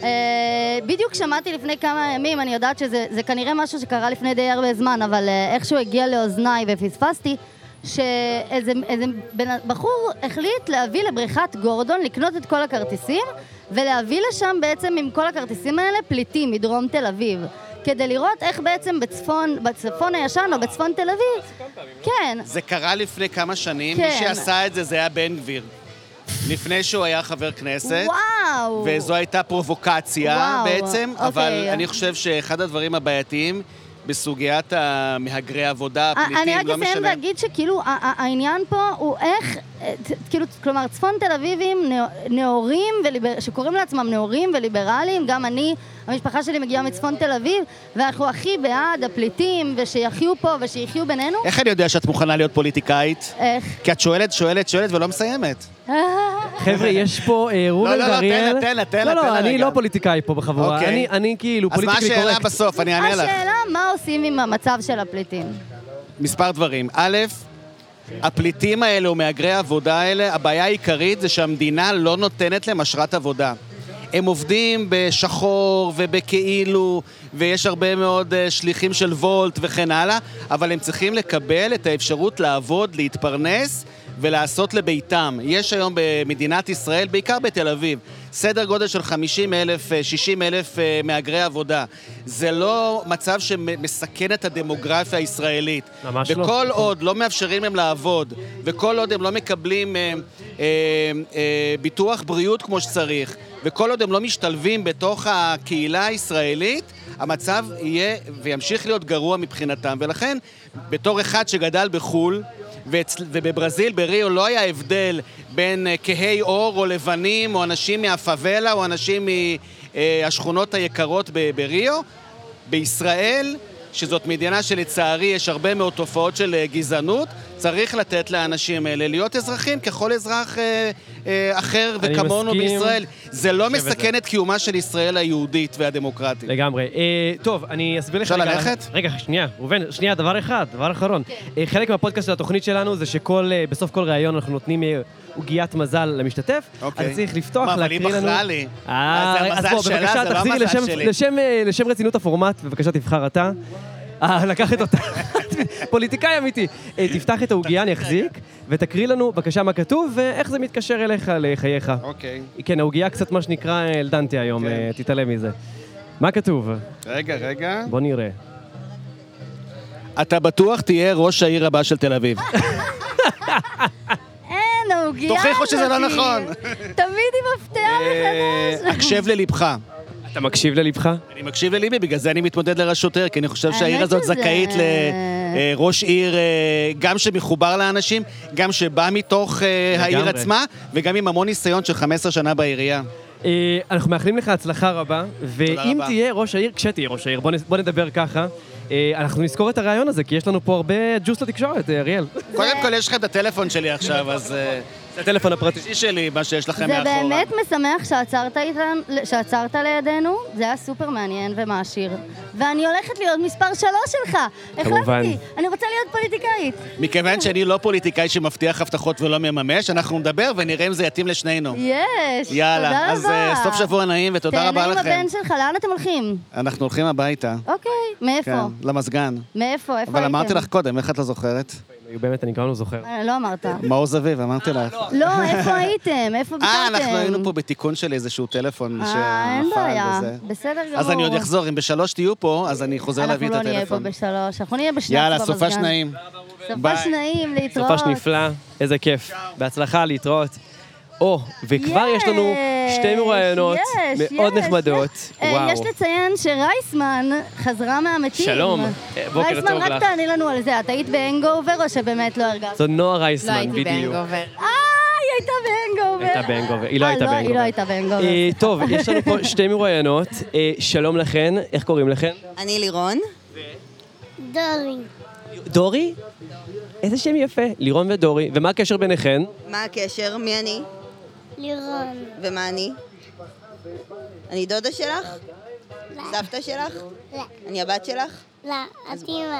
S5: אה, בדיוק שמעתי לפני כמה ימים, אני יודעת שזה זה כנראה משהו שקרה לפני די הרבה זמן, אבל אה, איכשהו הגיע לאוזניי ופספסתי, שאיזה איזה בן- בחור החליט להביא לבריכת גורדון, לקנות את כל הכרטיסים, ולהביא לשם בעצם עם כל הכרטיסים האלה פליטים מדרום תל אביב. כדי לראות איך בעצם בצפון, בצפון הישן או בצפון תל אביב, כן,
S6: זה קרה לפני כמה שנים,
S5: כן.
S6: מי שעשה את זה זה היה בן גביר. לפני שהוא היה חבר כנסת.
S5: וואו.
S6: וזו הייתה פרובוקציה
S5: וואו,
S6: בעצם, אבל
S5: אוקיי.
S6: אני חושב שאחד הדברים הבעייתיים בסוגיית המהגרי עבודה, הפליטים,
S5: אה, אני רק
S6: לא משנה...
S5: אסיים ואגיד שכאילו ה- ה- העניין פה הוא איך, אה, ת- כאילו, כלומר צפון תל אביבים נא- נאורים, וליבר- שקוראים לעצמם נאורים וליברליים, גם אני, המשפחה שלי מגיעה מצפון תל אביב, ואנחנו הכי בעד הפליטים, ושיחיו פה ושיחיו בינינו,
S6: איך אני יודע שאת מוכנה להיות פוליטיקאית?
S5: איך?
S6: כי את שואלת, שואלת, שואלת ולא מסיימת.
S7: חבר'ה, יש פה אה, ראובן
S6: לא, לא,
S7: גריאל...
S6: תן לה, תן לה, תן לה,
S7: לא,
S6: תן
S7: לא,
S6: לה
S7: אני
S6: רגע.
S7: לא פוליטיקאי פה בחבורה.
S6: אוקיי.
S7: אני- אני כאילו
S6: אז מה
S7: פוליטיקלי קורקט.
S6: השאלה בסוף? אני אענה לך.
S5: השאלה מה עושים עם המצב של הפליטים.
S6: מספר דברים. א', הפליטים האלה או מהגרי העבודה האלה, הבעיה העיקרית זה שהמדינה לא נותנת להם אשרת עבודה. הם עובדים בשחור ובכאילו, ויש הרבה מאוד אה, שליחים של וולט וכן הלאה, אבל הם צריכים לקבל את האפשרות לעבוד, להתפרנס ולעשות לביתם. יש היום במדינת ישראל, בעיקר בתל אביב, סדר גודל של 50 אלף, 60 אלף אה, מהגרי עבודה. זה לא מצב שמסכן את הדמוגרפיה הישראלית.
S4: ממש לא.
S6: וכל עוד לא מאפשרים להם לעבוד, וכל עוד הם לא מקבלים אה, אה, אה, ביטוח בריאות כמו שצריך, וכל עוד הם לא משתלבים בתוך הקהילה הישראלית, המצב יהיה וימשיך להיות גרוע מבחינתם. ולכן, בתור אחד שגדל בחו"ל, ואצל, ובברזיל, בריו, לא היה הבדל בין אה, כהי עור או לבנים, או אנשים מהפאבלה, או אנשים מהשכונות היקרות ב- בריו. בישראל, שזאת מדינה שלצערי יש הרבה מאוד תופעות של אה, גזענות, צריך לתת לאנשים האלה להיות אזרחים ככל אזרח אה, אה, אחר
S4: אני
S6: וכמונו
S4: מסכים.
S6: בישראל. זה לא
S4: חושב את
S6: מסכן את קיומה של ישראל היהודית והדמוקרטית.
S4: לגמרי. אה, טוב, אני אסביר לך...
S6: אפשר
S4: רגע-
S6: ללכת?
S4: רגע, שנייה, ראובן, שנייה, דבר אחד, דבר אחרון. אה, חלק מהפודקאסט של התוכנית שלנו זה שכל, אה, בסוף כל ראיון אנחנו נותנים אה, עגיית מזל למשתתף.
S6: אוקיי.
S4: אז צריך לפתוח,
S6: מה, אבל
S4: להקריא
S6: היא
S4: לנו...
S6: בחרה לי.
S4: אה,
S6: אז זה
S4: אז
S6: המזל
S4: בוא,
S6: שלה,
S4: בבקשה,
S6: זה לא
S4: תחזירי
S6: המזל
S4: לשם-
S6: שלי.
S4: לשם, אה, לשם רצינות הפורמט, בבקשה תבחר אתה. אה, לקחת אותה. [laughs] פוליטיקאי אמיתי. אה, תפתח את העוגיה, אני אחזיק, ותקריא לנו בבקשה מה כתוב ואיך זה מתקשר אליך, לחייך.
S6: אוקיי.
S4: כן, העוגיה קצת מה שנקרא אה, אלדנטי היום,
S6: כן.
S4: אה, תתעלם מזה. מה כתוב?
S6: רגע, רגע.
S4: בוא נראה.
S6: אתה בטוח תהיה ראש העיר הבא של תל אביב.
S5: אין, העוגיה הזאת.
S6: תוכיחו שזה לא נכון.
S5: תמיד היא מפתיעה
S6: אה,
S5: מחדש.
S6: הקשב ללבך.
S7: אתה מקשיב ללבך?
S6: אני מקשיב לליבי, בגלל זה אני מתמודד לראשות העיר, כי אני חושב שהעיר
S5: האמת
S6: הזאת
S5: שזה-
S6: זכאית לראש עיר, אה, גם שמחובר לאנשים, גם שבא מתוך אה, העיר
S4: לגמרי.
S6: עצמה, וגם עם המון ניסיון של 15 שנה בעירייה.
S4: אה, אנחנו מאחלים לך הצלחה רבה, ואם
S6: רבה.
S4: תהיה ראש העיר, כשתהיה ראש העיר, בוא נ- בוא נדבר ככה. אה, אנחנו נזכור את הרעיון הזה, כי יש לנו פה הרבה ג'וס לתקשורת, אה, אריאל.
S6: קודם כל, יש לך את הטלפון שלי עכשיו, אז... אה,
S4: זה הטלפון הפרטי.
S6: אישי שלי, מה שיש לכם
S5: זה
S6: מאחורה.
S5: באמת משמח שעצרת, איתן, שעצרת לידינו, זה היה סופר מעניין ומעשיר. ואני הולכת להיות מספר שלוש שלך.
S7: כמובן.
S5: החלפתי, אני רוצה להיות פוליטיקאית.
S6: מכיוון שאני לא פוליטיקאי שמבטיח הבטחות ולא מממש, אנחנו נדבר ונראה אם זה יתאים לשנינו.
S5: יש, תודה
S6: יאללה,
S5: רבה.
S6: אז אה, סוף שבוע נעים ותודה רבה
S5: תהנה עם
S6: לכם.
S5: הבן שלך, לאן אתם הולכים?
S6: אנחנו הולכים הביתה.
S5: אוקיי,
S6: כן,
S5: מאיפה?
S6: למזגן.
S5: מאיפה, איפה
S6: אבל
S5: הייתם?
S6: אמרתי לך קודם, איך את לא זוכרת?
S4: באמת, אני גם לא זוכר.
S5: אה, לא אמרת.
S6: מעוז אביב, אמרתי לך.
S5: לא,
S6: [laughs]
S5: איפה הייתם? איפה ביקרתם?
S6: אה, אנחנו היינו פה בתיקון של איזשהו טלפון שנפל וזה.
S5: אה, אין בעיה. בסדר גמור.
S6: אז אני עוד אחזור, אם בשלוש תהיו פה, אז אני חוזר להביא את
S5: אנחנו לא נהיה פה
S6: הטלפון.
S5: בשלוש, אנחנו נהיה בשנץ
S6: יאללה,
S5: במזגן.
S6: סופה שניים.
S5: סופה
S6: ביי.
S5: שניים, להתראות.
S7: סופש נפלא, איזה כיף. בהצלחה, להתראות. או, וכבר יש לנו שתי מראיונות
S5: יש,
S7: מאוד
S5: יש,
S7: נחמדות.
S5: יש. אה,
S7: וואו.
S5: יש לציין שרייסמן חזרה מהמתים.
S7: שלום, אה, בוקר
S5: רייסמן,
S7: טוב
S5: רק
S7: לך.
S5: תעני לנו על זה, את היית בהנגאובר או שבאמת לא הרגשת?
S7: זו נועה
S8: לא
S7: רייסמן,
S8: הייתי
S7: בדיוק.
S8: באנגובר.
S5: אה, היא הייתה בהנגאובר.
S7: הייתה בהנגאובר, היא לא
S5: אה,
S7: הייתה
S5: היא
S7: בהנגאובר.
S5: לא הייתה בהנגאובר.
S7: אה, טוב, יש לנו
S5: [laughs]
S7: פה שתי מרואיינות. אה, שלום לכן, איך קוראים לכן?
S8: אני לירון.
S9: דורי,
S7: דורי? איזה שם יפה, לירון ודורי. ומה הקשר ביניכן?
S8: מה הקשר? מי אני?
S9: לירון,
S8: ומה אני? אני דודה שלך?
S9: לא,
S8: סבתא שלך?
S9: לא,
S8: אני הבת שלך?
S9: לא, את אימא,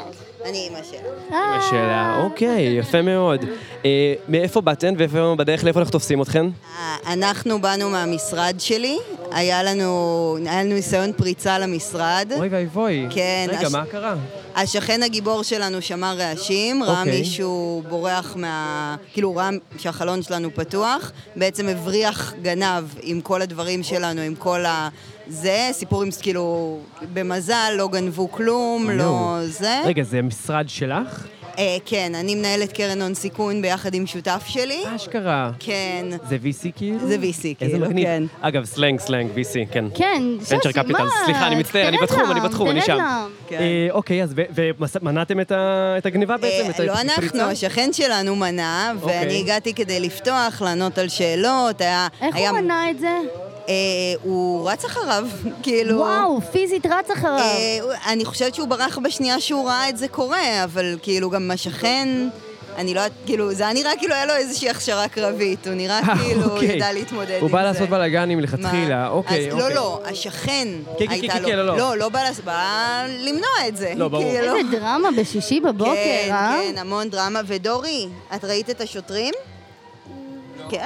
S8: אני אימא שלך.
S5: אה,
S7: השאלה, אוקיי, יפה מאוד. אה, מאיפה באתן ואיפה בדרך לאיפה אנחנו תופסים אתכן?
S8: אה, אנחנו באנו מהמשרד שלי, היה לנו, היה לנו ניסיון פריצה למשרד.
S4: אוי ואבוי.
S8: כן,
S4: רגע,
S8: הש-
S4: מה קרה?
S8: השכן הגיבור שלנו שמע רעשים, ראה
S4: אוקיי.
S8: מישהו בורח מה... כאילו, ראה שהחלון שלנו פתוח, בעצם הבריח גנב עם כל הדברים שלנו, עם כל ה... זה, סיפור עם, ס- כאילו, במזל, לא גנבו כלום, לא זה.
S4: אה, רגע, זה משרד שלך?
S8: אה, כן, אני מנהלת קרן הון סיכון ביחד עם שותף שלי.
S4: אה, אשכרה.
S8: כן.
S4: זה VC כאילו?
S8: אה. זה VC
S4: איזה
S8: כאילו,
S4: מגניב.
S8: כן.
S7: אגב, סלנג, סלנג, VC, כן.
S5: כן,
S7: Venture
S5: שושי,
S7: capital.
S5: מה?
S7: סליחה, אני מצטער, אני
S5: תרד
S7: בתחום, אני
S5: לה,
S7: בתחום, אני
S5: תרד
S7: שם.
S5: לה.
S4: אה, אוקיי, אז ו- ומנעתם את ה- את הגניבה בעצם? את
S8: כן. אה, לא
S4: הפריצה?
S8: אנחנו, השכן שלנו מנע,
S4: אוקיי.
S8: ואני הגעתי כדי לפתוח, לענות על שאלות, היה...
S5: איך
S8: היה-
S5: הוא מנע את זה?
S8: אה, הוא רץ אחריו, [laughs] כאילו...
S5: וואו, פיזית רץ אחריו.
S8: אה, הוא- אני חושבת שהוא ברח בשנייה שהוא ראה את זה קורה, אבל כאילו גם השכן... אני לא יודעת, כאילו, זה היה נראה כאילו היה לו איזושהי הכשרה קרבית, הוא נראה
S4: אה,
S8: כאילו, הוא
S4: אוקיי.
S8: ידע להתמודד עם זה.
S4: הוא בא לעשות בלאגנים
S8: מה?
S4: מלכתחילה, אוקיי,
S8: אז
S4: אוקיי.
S8: לא, לא, השכן
S4: כן, כן,
S8: הייתה
S4: כן,
S8: לו.
S4: כן, לא, לא.
S8: לא, לא בא לעשות, בא למנוע את זה.
S4: לא, ברור.
S8: כאילו.
S5: איזה דרמה בשישי בבוקר,
S8: כן,
S5: אה? לא.
S8: כן, המון דרמה. ודורי, את ראית את השוטרים? כן.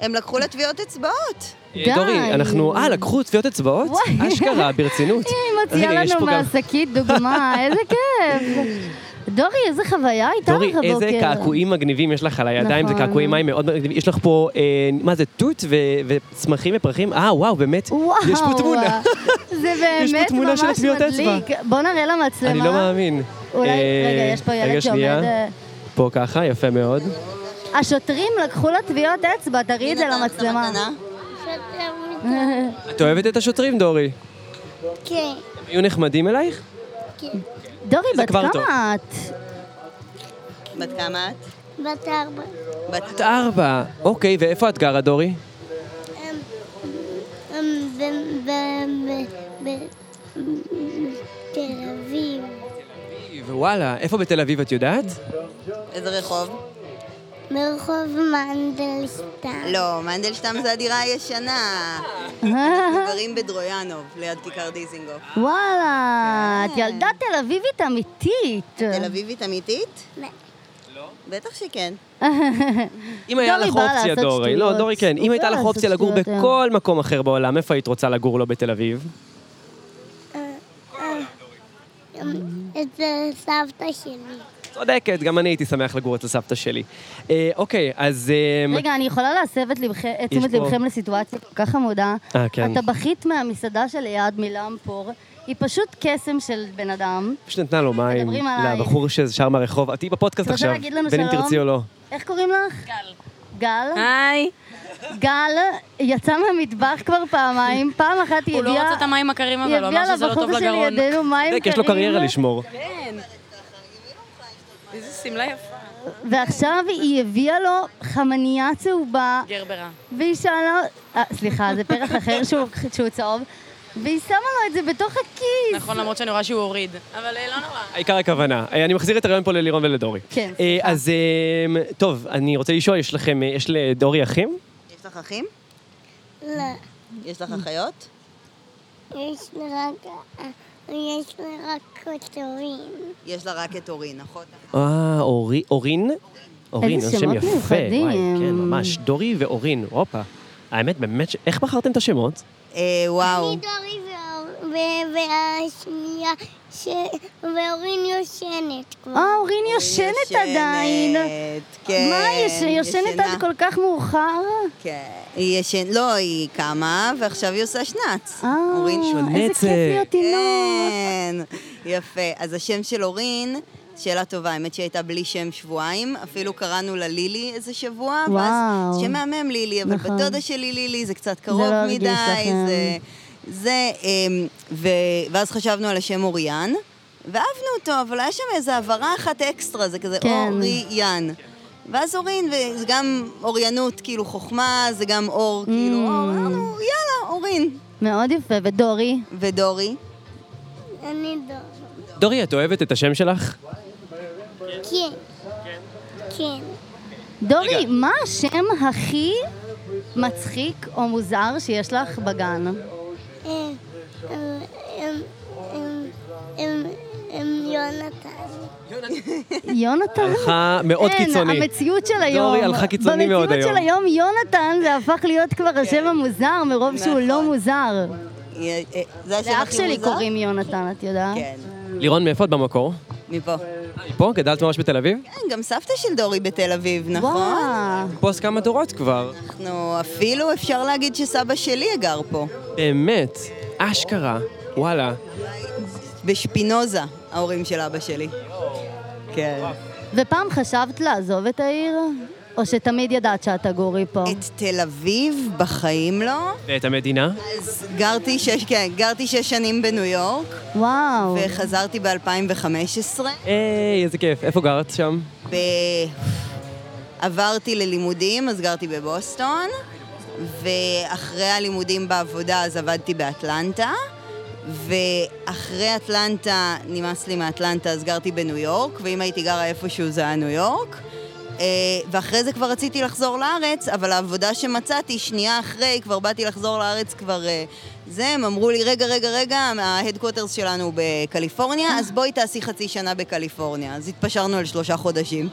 S8: הם לקחו לה טביעות אצבעות.
S5: די.
S4: דורי, אנחנו... אה, לקחו טביעות אצבעות?
S5: וואי.
S4: אשכרה, ברצינות.
S5: [laughs] אה, היא מוציאה
S4: רגע, יש
S5: לנו
S4: פה גם-
S5: מהשקית
S4: [laughs]
S5: דוגמה, איזה כיף. דורי, איזה חוויה הייתה לך
S4: דורי,
S5: הבוקר.
S4: איזה קעקועים מגניבים יש לך על הידיים, זה
S5: נכון.
S4: קעקועים מים מאוד מגניבים. יש לך פה, אה, מה זה, תות ו- וצמחים ופרחים? אה, וואו, באמת.
S5: וואו.
S4: יש פה תמונה.
S5: [laughs] זה
S4: יש פה
S5: באמת
S4: תמונה של
S5: ממש
S4: הטביעות אצבע.
S5: מדליק. בוא נראה למצלמה.
S4: אני לא מאמין.
S5: אולי,
S4: אה,
S5: רגע, יש פה ילד
S4: רגע, שנייה.
S5: שעומד... אה,
S4: פה ככה, יפה מאוד.
S5: השוטרים לקחו לה טביעות אצבע, תראי את זה למצלמה.
S8: מתנה.
S10: שוטר מטעם.
S4: את אוהבת את השוטרים, דורי?
S10: כן,
S4: הם היו נחמדים אלייך?
S10: כן.
S5: דורי,
S4: זה
S5: בת
S4: כבר טוב.
S5: כמה את? [laughs]
S8: בת כמה את?
S10: בת ארבע.
S4: בת ארבע. אוקיי, ואיפה את גרה, דורי?
S10: אמ, אמ, ב- ב- ב- ב- תל אביב.
S4: וואלה, איפה בתל אביב את יודעת?
S8: איזה רחוב?
S10: מרחוב מנדלסטן.
S8: לא, מנדלשטם זה הדירה הישנה. גרים בדרויאנוב, ליד כיכר דיזינגוף.
S5: וואלה, את ילדה תל אביבית אמיתית.
S8: תל אביבית אמיתית?
S10: לא.
S8: בטח שכן.
S4: אם היה
S5: דורי
S4: לך
S5: באה
S4: אופציה,
S5: לעשות
S4: דורי,
S5: שטויות.
S4: לא, דורי כן,
S5: הוא
S4: אם הייתה
S5: בא
S4: לך
S5: לעשות
S4: אופציה לגור
S5: שטויות, אה.
S4: בכל מקום אחר בעולם, איפה היית רוצה לגור לא בתל אביב?
S10: אמ, אצל סבתא שלי.
S4: צודקת, גם אני הייתי שמח לגור אצל סבתא שלי. אה, אוקיי, אז... אה,
S5: רגע, אני יכולה להסב את לבכם- את תשומת
S4: פה-
S5: לבכם לסיטואציה כל כך חמודה.
S4: אה, כן.
S5: הטבחית מהמסעדה שליד מלאמפור, היא פשוט קסם של בן אדם.
S4: פשוט נתנה לו מים
S5: מדברים עליי.
S4: לבחור ששר מהרחוב. את תהיי בפודקאסט
S5: את רוצה
S4: עכשיו,
S5: להגיד לנו
S4: בין אם
S5: שלום?
S4: תרצי או לא.
S5: איך קוראים לך? גל. גל?
S2: היי.
S5: גל יצא מהמטבח כבר פעמיים, פעם אחת היא
S2: הוא לא רצה
S5: הביאה...
S2: את המים הקרים,
S5: היא
S2: אבל הוא אמר
S5: הביאה
S2: שזה לא טוב
S5: לבחור
S2: לגרון.
S5: שלידינו מים
S4: צודק,
S5: קרים.
S4: יש לו קריירה לשמור.
S2: כן. איזה שמלה יפה.
S5: ועכשיו היא הביאה לו חמנייה צהובה,
S2: גרברה.
S5: והיא שאלה... אה, סליחה, זה פרח אחר שהוא, שהוא צהוב. והיא שמה לו את זה בתוך הכיס.
S2: נכון, למרות שאני רואה שהוא הוריד. אבל אה, לא נורא.
S4: העיקר הכוונה. אה, אני מחזיר את הרעיון פה ללירון ולדורי.
S5: כן,
S4: אה,
S5: סליחה.
S4: אז אה, טוב, אני רוצה לשאול, יש לכם, אה, יש לדורי אחים?
S8: יש לך אחים?
S10: לא.
S8: יש לך אחיות?
S10: יש לי רק... יש לי רק כותבים.
S8: יש לה רק את אורי, נכון?
S4: אה, אורי- אורין? אורין,
S5: איזה
S4: זה שם
S5: שמות
S4: יפה.
S5: מיוחדים.
S4: וואי, כן, ממש. דורי ואורין, הופה. האמת, באמת, ש- איך בחרתם את השמות?
S8: אה, וואו.
S10: אני דורי ואור- ו- והשנייה ש... ואורין יושנת כבר.
S5: אה, אורין ישנת עדיין.
S8: ישנת, כן.
S5: מה, היא יש- ישנת
S8: ישנה.
S5: עד כל כך מאוחר?
S8: כן. היא ישן... לא, היא קמה, ועכשיו היא עושה שנץ.
S5: אה,
S8: אורין
S5: איזה
S4: שונצת.
S5: כיף להיות תינוק.
S8: כן, [laughs] יפה. אז השם של אורין, שאלה טובה, האמת שהיא הייתה בלי שם שבועיים, אפילו קראנו לה לילי איזה שבוע, ואז
S5: וואו.
S8: שם מהמם לילי, אבל
S5: נכון.
S8: בת דודה שלי לילי זה קצת קרוב
S5: לא הרגיש
S8: מדי,
S5: לכם.
S8: זה... זה, אמ, ו... ואז חשבנו על השם אוריאן, ואהבנו אותו, אבל היה שם איזו הבהרה אחת אקסטרה, זה כזה
S5: כן.
S8: אוריאן. ואז אורין, וזה גם אוריינות, כאילו חוכמה, זה גם אור, כאילו
S5: Mm.
S8: אור, אמרנו, יאללה, אורין.
S5: מאוד יפה, ודורי?
S8: ודורי?
S10: אני לא. דור.
S4: דורי, את אוהבת את השם שלך?
S10: כן. כן.
S5: דורי, מה השם הכי מצחיק או מוזר שיש לך
S2: [laughs]
S5: בגן?
S10: אמ, אמ, אמ, אמ, אמ, אמ, יונתן.
S5: יונתן?
S4: הלכה מאוד
S5: אין,
S4: קיצוני.
S5: כן, המציאות של היום.
S4: דורי הלכה קיצוני מאוד
S5: במציאות של היום יונתן זה הפך להיות כבר השם המוזר מרוב שהוא לא
S8: כן. נכון.
S5: מוזר.
S8: אה, אה, זה השם
S5: לאח
S8: הכי
S5: שלי
S8: מוזר?
S5: קוראים יונתן, את יודעת?
S8: כן,
S4: לירון, מאיפה את במקור?
S8: מפה.
S4: פה? גדלת ממש בתל אביב?
S8: כן, גם סבתא של דורי בתל אביב, נכון?
S5: וואו.
S4: פה אז כמה דורות כבר.
S8: אנחנו אפילו אפשר להגיד שסבא שלי גר פה,
S4: באמת, אשכרה, וואלה.
S8: בשפינוזה, ההורים של אבא שלי. כן.
S5: ופעם חשבת לעזוב את העיר? או שתמיד ידעת שאת תגורי פה?
S8: את תל אביב בחיים לא.
S4: ואת המדינה?
S8: אז גרתי שש, כן, גרתי שש שנים בניו יורק,
S5: וואו.
S8: וחזרתי ב-2015.
S4: היי, איזה כיף. איפה גרת שם?
S8: ב... עברתי ללימודים, אז גרתי בבוסטון, ואחרי הלימודים בעבודה אז עבדתי באטלנטה, ואחרי אטלנטה, נמאס לי מאטלנטה, אז גרתי בניו יורק, ואם הייתי גרה איפשהו זה היה ניו יורק. אה, ואחרי זה כבר רציתי לחזור לארץ, אבל העבודה שמצאתי, שנייה אחרי, כבר באתי לחזור לארץ, כבר... אה, זה, הם אמרו לי, רגע, רגע, רגע, ההדקווטרס שלנו הוא בקליפורניה, אז בואי תעשי חצי שנה בקליפורניה. אז התפשרנו על שלושה חודשים.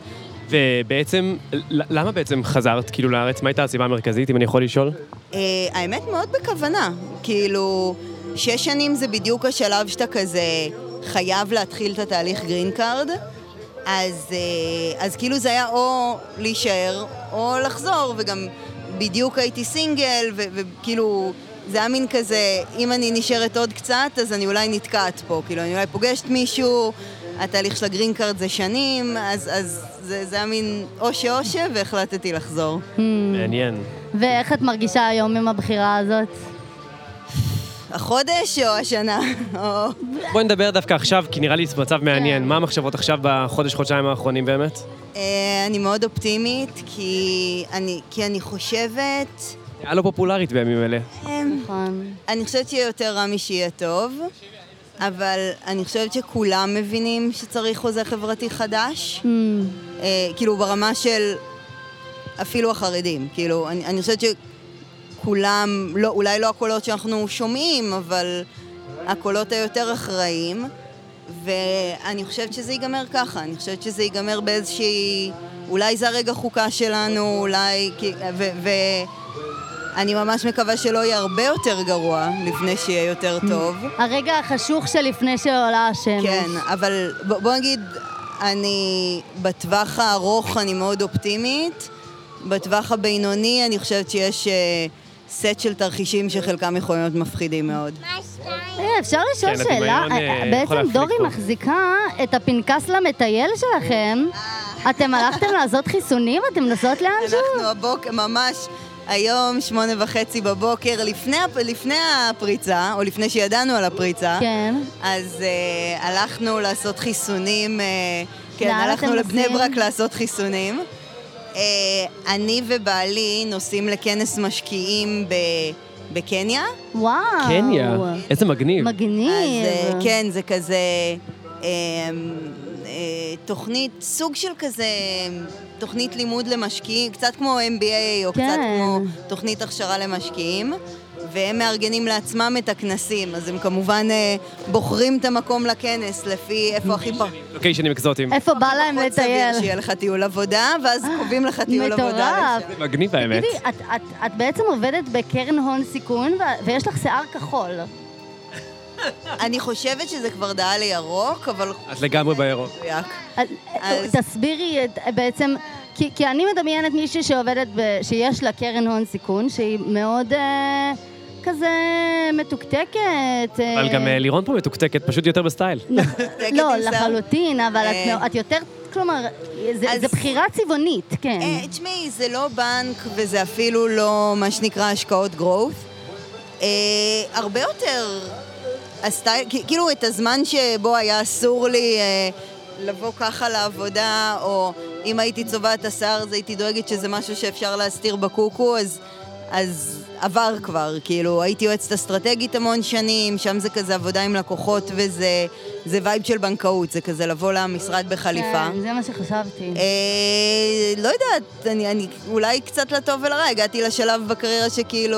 S4: ובעצם, ל- למה בעצם חזרת כאילו לארץ? מה הייתה הסיבה המרכזית, אם אני יכול לשאול?
S8: אה, האמת, מאוד בכוונה. כאילו, שש שנים זה בדיוק השלב שאתה כזה חייב להתחיל את התהליך גרין קארד, אז, אה, אז כאילו זה היה או להישאר או לחזור, וגם בדיוק הייתי סינגל, ו- וכאילו... זה היה מין כזה, אם אני נשארת עוד קצת, אז אני אולי נתקעת פה. כאילו, אני אולי פוגשת מישהו, התהליך של הגרין קארד זה שנים, אז, אז זה, זה היה מין או שאושה, והחלטתי לחזור.
S4: מעניין.
S5: ואיך את מרגישה היום עם הבחירה הזאת?
S8: החודש או השנה? [laughs] או...
S4: בואי נדבר דווקא עכשיו, כי נראה לי זה מצב מעניין. מה המחשבות עכשיו בחודש-חודשיים האחרונים באמת?
S8: אה, אני מאוד אופטימית, כי אני, כי אני חושבת...
S4: היה לא פופולרית בימים אלה.
S8: אה,
S5: נכון.
S8: אני חושבת שיהיה יותר רע משיהיה טוב, אבל אני חושבת שכולם מבינים שצריך חוזה חברתי חדש.
S5: Hmm.
S8: אה, כאילו ברמה של אפילו החרדים, כאילו, אני, אני חושבת שכולם, לא, אולי לא הקולות שאנחנו שומעים, אבל הקולות היותר אחראיים, ואני חושבת שזה ייגמר ככה, אני חושבת שזה ייגמר באיזושהי, אולי זה הרגע חוקה שלנו, אולי, כי- ו... ו אני ממש מקווה שלא יהיה הרבה יותר גרוע לפני שיהיה יותר טוב.
S5: הרגע החשוך שלפני שעולה השמש.
S8: כן, אבל ב- בוא נגיד, אני בטווח הארוך אני מאוד אופטימית, בטווח הבינוני אני חושבת שיש אה, סט של תרחישים שחלקם יכולים להיות מפחידים מאוד.
S9: מה שתיים?
S5: אה, אפשר לשאול
S4: כן, את
S5: שאלה?
S4: בהיריון, אה, יכול
S5: בעצם
S4: להפליג
S5: דורי
S4: פה.
S5: מחזיקה את הפנקס למטייל שלכם.
S8: אה.
S5: אתם הלכתם לעשות חיסונים? אתם נוסעות לאנשהו?
S8: אנחנו הבוקר, ממש היום, שמונה וחצי בבוקר, לפני, הפ- לפני הפריצה, או לפני שידענו על הפריצה,
S5: כן.
S8: אז אה, הלכנו לעשות חיסונים, אה, כן,
S5: לאן
S8: הלכנו
S5: אתם
S8: לבני
S5: נוסעים?
S8: ברק לעשות חיסונים. אה, אני ובעלי נוסעים לכנס משקיעים ב, בקניה,
S5: וואו.
S4: קניה, איזה מגניב.
S5: מגניב.
S8: אז אה, כן, זה כזה אה, אה, תוכנית, סוג של כזה תוכנית לימוד למשקיעים, קצת כמו MBA או
S5: כן.
S8: קצת כמו תוכנית הכשרה למשקיעים. והם מארגנים לעצמם את הכנסים, אז הם כמובן אה, בוחרים את המקום לכנס לפי איפה הכי פחות
S4: לוקיישנים אקזוטיים.
S5: איפה בא להם
S8: פחות סביר לא
S5: לטייל?
S8: שיהיה לך טיול עבודה, ואז קובעים לך טיול עבודה.
S5: מטורף.
S4: זה מגניב האמת.
S5: תגידי, את, את, את בעצם עובדת בקרן הון סיכון, ו- ויש לך שיער כחול.
S8: אני חושבת שזה כבר דעה לירוק, אבל...
S4: את לגמרי בירוק.
S8: מדויק.
S5: אז,
S8: אז-
S5: תסבירי את, בעצם, כי, כי אני מדמיינת מישהי שעובדת, ב, שיש לה קרן הון סיכון, שהיא מאוד אה, כזה מתוקתקת. אה,
S4: אבל גם אה, לירון פה מתוקתקת, פשוט יותר בסטייל.
S5: לא,
S8: תגיד, ניסן.
S5: לחלוטין, אבל את,
S8: אה.
S5: מאו- את יותר, כלומר, זה,
S8: אז-
S5: זה בחירה צבעונית, כן.
S8: אה, תשמעי, זה לא בנק וזה אפילו לא מה שנקרא השקעות growth. אה, הרבה יותר הסטייל, כ- כאילו את הזמן שבו היה אסור לי אה, לבוא ככה לעבודה, או אם הייתי צובעת את השיער אז הייתי דואגת שזה משהו שאפשר להסתיר בקוקו, אז, אז עבר כבר, כאילו הייתי יועצת אסטרטגית המון שנים, שם זה כזה עבודה עם לקוחות וזה זה וייב של בנקאות, זה כזה לבוא למשרד בחליפה.
S5: כן, זה מה שחשבתי.
S8: אה, לא יודעת, אני, אני אולי קצת לטוב ולרע, הגעתי לשלב בקריירה שכאילו...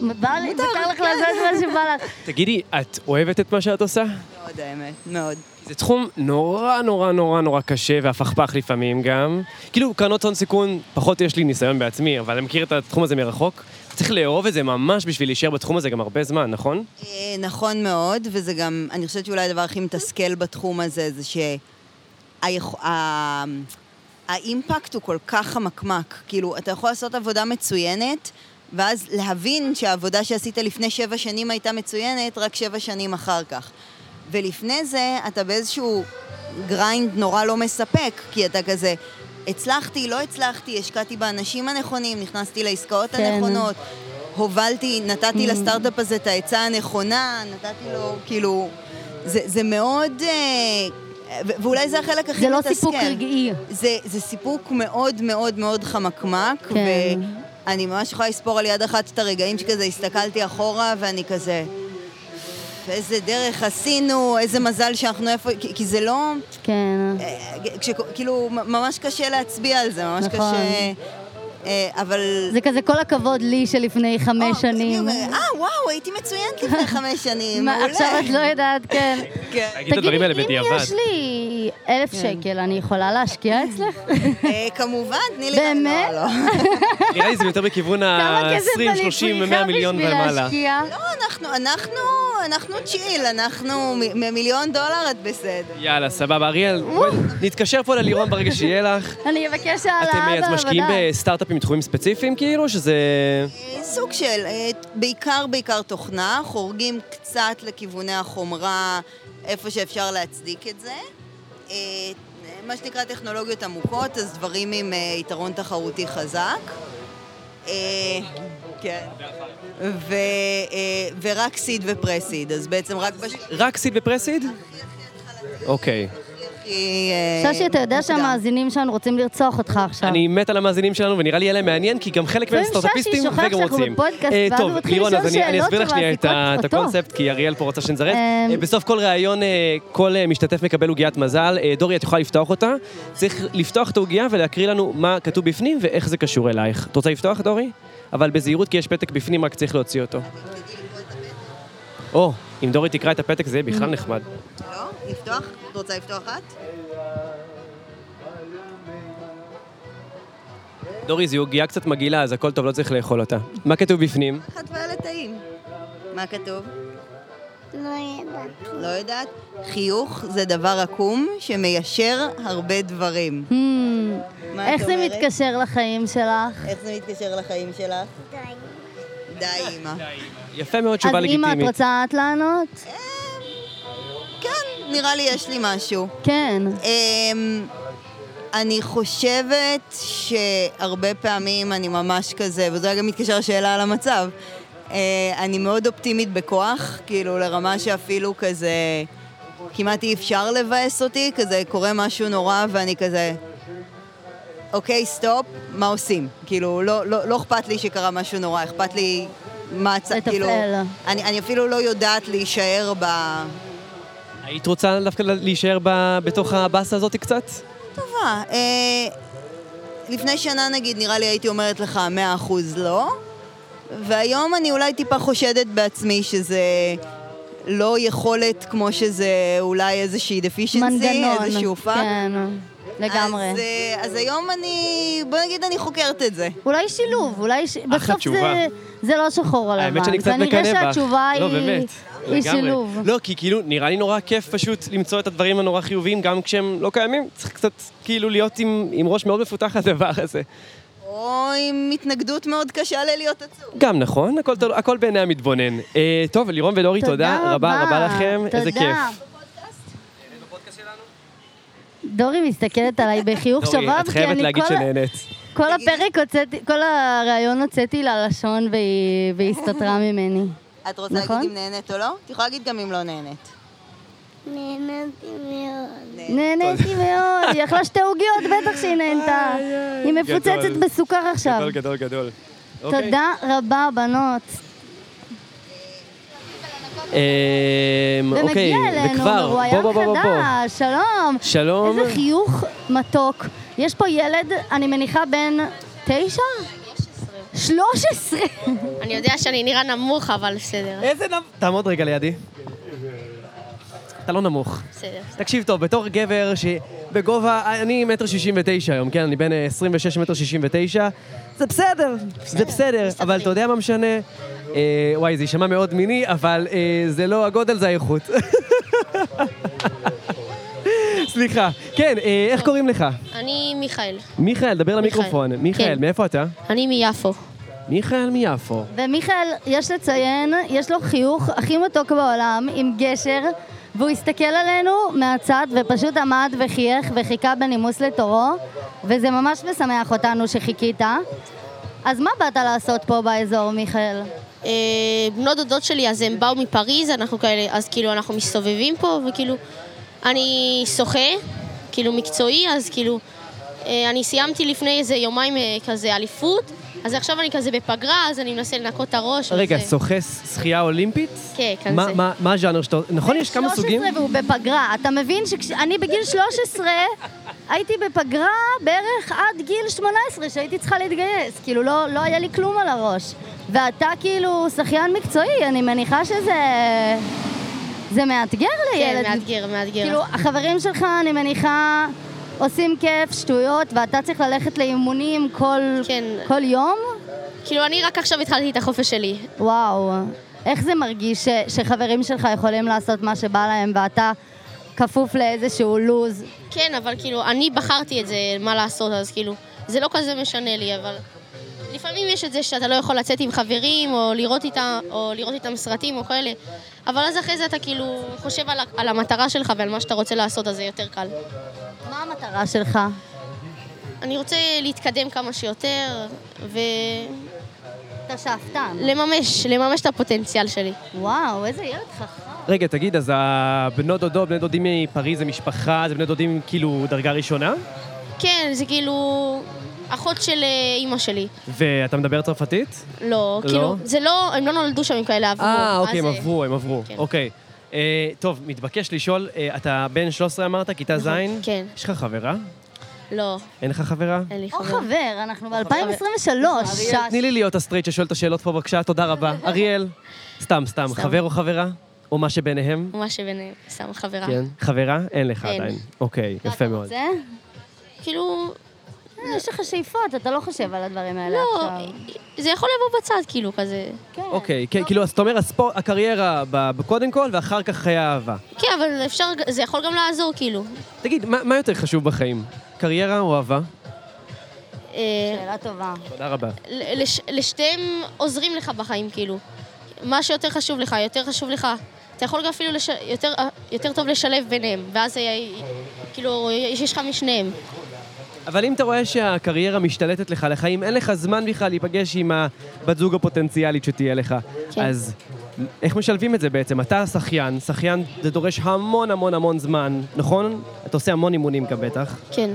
S5: בא לי- מותר לך לעשות
S8: כן.
S5: מה שבא לך.
S4: תגידי, את אוהבת את מה שאת עושה?
S8: מאוד האמת, מאוד.
S4: זה תחום נורא נורא נורא נורא קשה והפכפך לפעמים גם. כאילו קרנות הון סיכון, פחות יש לי ניסיון בעצמי, אבל אני מכיר את התחום הזה מרחוק. צריך לאהוב את זה ממש בשביל להישאר בתחום הזה גם הרבה זמן, נכון?
S8: אה, נכון מאוד, וזה גם, אני חושבת שאולי הדבר הכי מתסכל בתחום הזה זה ש... היכ- ה- האימפקט הוא כל כך חמקמק. כאילו, אתה יכול לעשות עבודה מצוינת, ואז להבין שהעבודה שעשית לפני שבע שנים הייתה מצוינת, רק שבע שנים אחר כך. ולפני זה, אתה באיזשהו גריינד נורא לא מספק, כי אתה כזה, הצלחתי, לא הצלחתי, השקעתי באנשים הנכונים, נכנסתי לעסקאות
S5: כן.
S8: הנכונות, הובלתי, נתתי לסטארט-אפ הזה את העצה הנכונה, נתתי לו, כאילו... זה, זה מאוד... אה, ו- ואולי זה החלק הכי
S5: זה לא
S8: מתסכל.
S5: סיפוק רגעי.
S8: זה, זה סיפוק מאוד מאוד מאוד חמקמק,
S5: כן.
S8: ואני ממש יכולה לספור על יד אחת את הרגעים שכזה הסתכלתי אחורה, ואני כזה, איזה דרך עשינו, איזה מזל שאנחנו איפה, כי, כי זה לא,
S5: כן.
S8: אה, כש, כאילו, מ- ממש קשה להצביע על זה, ממש
S5: נכון.
S8: קשה... אה, אבל...
S5: זה כזה כל הכבוד לי שלפני חמש
S8: או,
S5: שנים.
S8: אני אומרת, אה, וואו, הייתי
S5: [laughs]
S8: מצוינת לפני חמש שנים,
S5: מה,
S8: מעולה.
S5: עכשיו את לא יודעת, כן.
S8: כן.
S4: להגיד את הדברים האלה
S5: תגידי,
S4: בדיעבד.
S5: אם יש לי אלף
S4: כן.
S5: שקל, אני יכולה להשקיע אצלך?
S8: אה, כמובן, תני לי...
S5: באמת?
S8: לא, [laughs] לא.
S4: [laughs] נראה לי זה יותר בכיוון
S5: כמה
S4: ה-20,
S5: כסף אני
S4: 30,
S5: צריכה
S4: 100 מיליון
S5: בשביל
S4: ומעלה.
S5: להשקיע?
S8: לא, אנחנו, אנחנו, אנחנו צ'יל, אנחנו מ- ממיליון דולר את בסדר.
S4: יאללה, סבבה, אריאל, בואי נתקשר פה ללירון ברגע שיהיה לך.
S5: אני אבקש העלאה
S4: אתם
S5: בעבודה.
S4: אה, אז משקיעים בסטארט-אפים מתחומים ספציפיים, כאילו, שזה...
S8: אה, סוג של, אה, בעיקר בעיקר תוכנה, חורגים קצת לכיווני החומרה, איפה שאפשר להצדיק את זה. אה, מה שנקרא טכנולוגיות עמוקות, אז דברים עם אה, יתרון תחרותי חזק. אה, כן. ו, אה, ורק סיד ופרסיד, אז בעצם רק בש...
S4: רק סיד ופרסיד? אוקיי.
S8: כי, אה,
S5: ששי, אתה יודע
S8: מוקדם.
S5: שהמאזינים שלנו רוצים לרצוח אותך עכשיו.
S4: אני מת על המאזינים שלנו, ונראה לי יהיה להם מעניין, כי גם חלק מהם
S5: לפעמים ששי
S4: סטארט-אפיסטים
S5: שוכח
S4: וגם
S5: שאנחנו
S4: רוצים.
S5: בפודקאסט,
S4: אה,
S5: ואז הוא
S4: טוב,
S5: מתחיל
S4: לירון,
S5: לשאול
S4: אז אני- אני
S5: שאלות
S4: אסביר לך שנייה את ה-
S5: שמעסיקות
S4: את
S5: אותו.
S4: הקונספט, כי אריאל פה רוצה שנזרז.
S5: אמ,
S4: אה, בסוף כל ראיון, אה, כל אה, משתתף מקבל עוגיית מזל. אה, דורי, את יכולה לפתוח אותה. צריך לפתוח את העוגייה ולהקריא לנו מה כתוב בפנים ואיך זה קשור אלייך. את רוצה לפתוח, דורי? אבל בזהירות, כי יש פתק בפנים, רק צריך להוציא אותו. או, אם דורי תקרא את הפתק זה יהיה בכלל
S5: אמ.
S4: נחמד.
S8: לא? לפתוח? את רוצה לפתוח את?
S4: דורי, זו עוגייה קצת מגעילה, אז הכל טוב, לא צריך לאכול אותה. מה כתוב בפנים?
S8: אחת ואלה טעים. מה כתוב?
S9: לא ידעתי.
S8: לא יודעת. חיוך זה דבר עקום שמיישר הרבה דברים.
S5: Hmm,
S8: מה את
S5: איך זה
S8: אומרת?
S5: מתקשר לחיים שלך?
S8: איך זה מתקשר לחיים שלך? די, אימא.
S4: יפה מאוד,
S5: אז
S4: תשובה
S5: אימא, את
S4: לגיטימית.
S5: רוצה את לענות?
S8: כן, נראה לי יש לי משהו.
S5: כן.
S8: אמ, אני חושבת שהרבה פעמים אני ממש כזה, וזה גם מתקשר לשאלה על המצב. אה, אני מאוד אופטימית בכוח, כאילו לרמה שאפילו כזה כמעט אי אפשר לבאס אותי, כזה קורה משהו נורא ואני כזה, אוקיי, סטופ, מה עושים? כאילו, לא, לא, לא אכפת לי שקרה משהו נורא, אכפת לי מה צ...
S5: לטפל.
S8: כאילו, אני, אני אפילו לא יודעת להישאר ב...
S4: היית רוצה דווקא להישאר ב- בתוך הבאסה הזאת קצת?
S8: טובה. אה, לפני שנה נגיד, נראה לי הייתי אומרת לך 100% לא, והיום אני אולי טיפה חושדת בעצמי שזה לא יכולת כמו שזה אולי איזושהי דפישנסי,
S5: מנגנון.
S8: איזשהו פאק.
S5: כן,
S8: אז,
S5: לגמרי.
S8: אה, אז היום אני, בוא נגיד אני חוקרת את זה.
S5: אולי שילוב, אולי ש... בסוף
S4: תשובה.
S5: זה, זה לא שחור על לבן.
S4: האמת שאני קצת מקנא בך.
S5: כנראה שהתשובה
S4: לא,
S5: היא,
S4: באמת.
S5: היא
S4: לגמרי.
S5: שילוב.
S4: לא, כי כאילו, נראה לי נורא כיף פשוט למצוא את הדברים הנורא חיוביים, גם כשהם לא קיימים. צריך קצת כאילו להיות עם, עם ראש מאוד מפותח לדבר הזה.
S8: או עם התנגדות מאוד קשה ללהיות עצוב.
S4: גם נכון, הכל, תל- הכל בעיני המתבונן. אה, טוב, לירון ולאורי, תודה, רבה רבה לכם, איזה
S5: תודה.
S4: כיף.
S5: דורי מסתכלת עליי בחיוך
S4: דורי,
S5: שובב,
S4: אוקיי, את
S5: כי
S4: חייבת
S5: אני
S4: להגיד
S5: כן, כל-
S4: שנהנית.
S5: כל הפרק הוצאתי, כל הריאיון הוצאתי לה לשון והיא והיא הסתתרה ממני.
S8: את רוצה
S5: נכון.
S8: להגיד אם נהנית או לא? את יכולה להגיד גם אם לא נהנית.
S9: נהניתי מאוד.
S5: נהניתי מאוד, היא אכלה שתי עוגיות, בטח שהיא נהנתה. היא מפוצצת
S4: גדול.
S5: בסוכר עכשיו.
S4: גדול, גדול, גדול. אוקיי.
S5: תודה רבה, בנות.
S4: אמ, אוקיי,
S5: ומגיע אלינו
S4: וכבר, בוא, בוא, בוא,
S5: מרואיין
S4: בוא, בוא.
S5: חדש, שלום.
S4: שלום.
S5: איזה חיוך מתוק. יש פה ילד, אני מניחה בן תשע? 13.
S10: אני יודע שאני נראה נמוך, אבל בסדר,
S4: איזה נמוך. תעמוד רגע לידי. אתה לא נמוך.
S10: בסדר.
S4: תקשיב טוב, בתור גבר שבגובה, אני מטר שישים ותשע היום, כן? אני בן אה, 26 מטר שישים ותשע. זה בסדר, זה בסדר, אבל אתה יודע מה משנה? אה, וואי, זה יישמע מאוד מיני, אבל אה, זה לא הגודל, זה האיכות. [laughs] סליחה. כן, אה, איך קוראים לך?
S10: אני מיכאל,
S4: מיכאל, דבר למיקרופון. מיכאל,
S10: כן.
S4: מאיפה אתה?
S10: אני מיפו.
S4: מיכאל מיפו.
S5: ומיכאל, יש לציין, יש לו חיוך הכי מתוק בעולם, עם גשר, והוא הסתכל עלינו מהצד ופשוט עמד וחייך וחיכה בנימוס לתורו, וזה ממש משמח אותנו שחיכית. אז מה באת לעשות פה באזור, מיכאל?
S10: אה, בנות דודות שלי, אז הם באו מפריז, אנחנו כאלה, אז כאילו אנחנו מסתובבים פה, וכאילו, אני שוחה, כאילו מקצועי, אז כאילו, אה, אני סיימתי לפני איזה יומיים אה, כזה אליפות, אז עכשיו אני כזה בפגרה, אז אני מנסה לנקות את הראש.
S4: רגע,
S10: וזה.
S4: שוחה שחייה אולימפית?
S10: כן, כזה.
S4: מה- מה- נכון, מה הז'אנר שאתה... נכון, יש כמה סוגים?
S5: 13 והוא בפגרה. אתה מבין שאני בגיל 13 הייתי בפגרה בערך עד גיל 18, שהייתי צריכה להתגייס. כאילו, לא, לא היה לי כלום על הראש. ואתה כאילו שחיין מקצועי, אני מניחה שזה... זה מאתגר לילד.
S10: כן, מאתגר, מאתגר.
S5: כאילו, החברים שלך, אני מניחה, עושים כיף, שטויות, ואתה צריך ללכת לאימונים כל, כן. כל יום?
S10: כאילו, אני רק עכשיו התחלתי את החופש שלי.
S5: וואו, איך זה מרגיש ש, שחברים שלך יכולים לעשות מה שבא להם, ואתה כפוף לאיזשהו לוז?
S10: כן, אבל כאילו, אני בחרתי את זה, מה לעשות, אז כאילו, זה לא כזה משנה לי, אבל... לפעמים יש את זה שאתה לא יכול לצאת עם חברים, או לראות איתם, או לראות איתם סרטים, או כאלה, אבל אז אחרי זה אתה כאילו חושב על, ה- על המטרה שלך ועל מה שאתה רוצה לעשות, אז זה יותר קל.
S5: מה המטרה שלך?
S10: אני רוצה להתקדם כמה שיותר, ו...
S5: אתה שאפתן.
S10: לממש, לממש את הפוטנציאל שלי.
S5: וואו, איזה ילד חכם.
S4: רגע, תגיד, אז הבנות דודו, בני דודים מפריז זה משפחה, זה בני דודים כאילו דרגה ראשונה?
S10: כן, זה כאילו אחות של אה, אימא שלי.
S4: ואתה מדבר צרפתית?
S10: לא,
S4: לא?
S10: כאילו, זה לא, הם לא נולדו שם, הם כאלה עברו.
S4: אה,
S10: אז,
S4: אוקיי, הם
S10: אה,
S4: עברו, הם עברו.
S10: כן.
S4: אוקיי. אה, טוב, מתבקש לשאול, אה, אתה בן 13 אמרת, כיתה ז'?
S10: נכון, כן.
S4: יש לך חברה?
S10: לא,
S4: אין לך חברה?
S10: אין לי
S5: או
S10: חבר.
S5: חבר, אנחנו ב-2023.
S4: תני לי להיות הסטרייט ששואל את השאלות פה, בבקשה, תודה
S10: [laughs]
S4: רבה. אריאל, סתם, סתם, חבר או חברה? או מה שביניהם?
S10: מה שביניהם, סתם חברה.
S4: כן. חברה? אין לך
S10: אין. לא,
S4: עדיין. אוקיי, יפה מאוד.
S5: זה?
S10: כאילו,
S5: יש לך שאיפות, אתה לא חושב על הדברים האלה
S10: לא,
S5: עכשיו.
S10: זה יכול לבוא בצד, כאילו, כזה.
S4: אוקיי, כן, כאילו, אז אתה אומר, הספורט- הקריירה ב- ב- קודם כל, ואחר כך חיי אהבה.
S10: כן, אבל אפשר, זה יכול גם לעזור, כאילו.
S4: תגיד, מה מה יותר חשוב בחיים? קריירה או אהבה?
S10: אה,
S5: שאלה טובה.
S4: תודה רבה.
S10: ל- לש- לשתיהם עוזרים לך בחיים, כאילו. מה שיותר חשוב לך, יותר חשוב לך. אתה יכול גם אפילו לש... יותר, יותר טוב לשלב ביניהם, ואז זה יהיה- כאילו, יש יש לך משניהם.
S4: אבל אם אתה רואה שהקריירה משתלטת לך לחיים, אין לך זמן בכלל להיפגש עם הבת זוג הפוטנציאלית שתהיה לך.
S10: כן.
S4: אז איך משלבים את זה בעצם? אתה שחיין, שחיין זה דורש המון המון המון זמן, נכון? אתה עושה המון אימונים גם בטח.
S10: כן.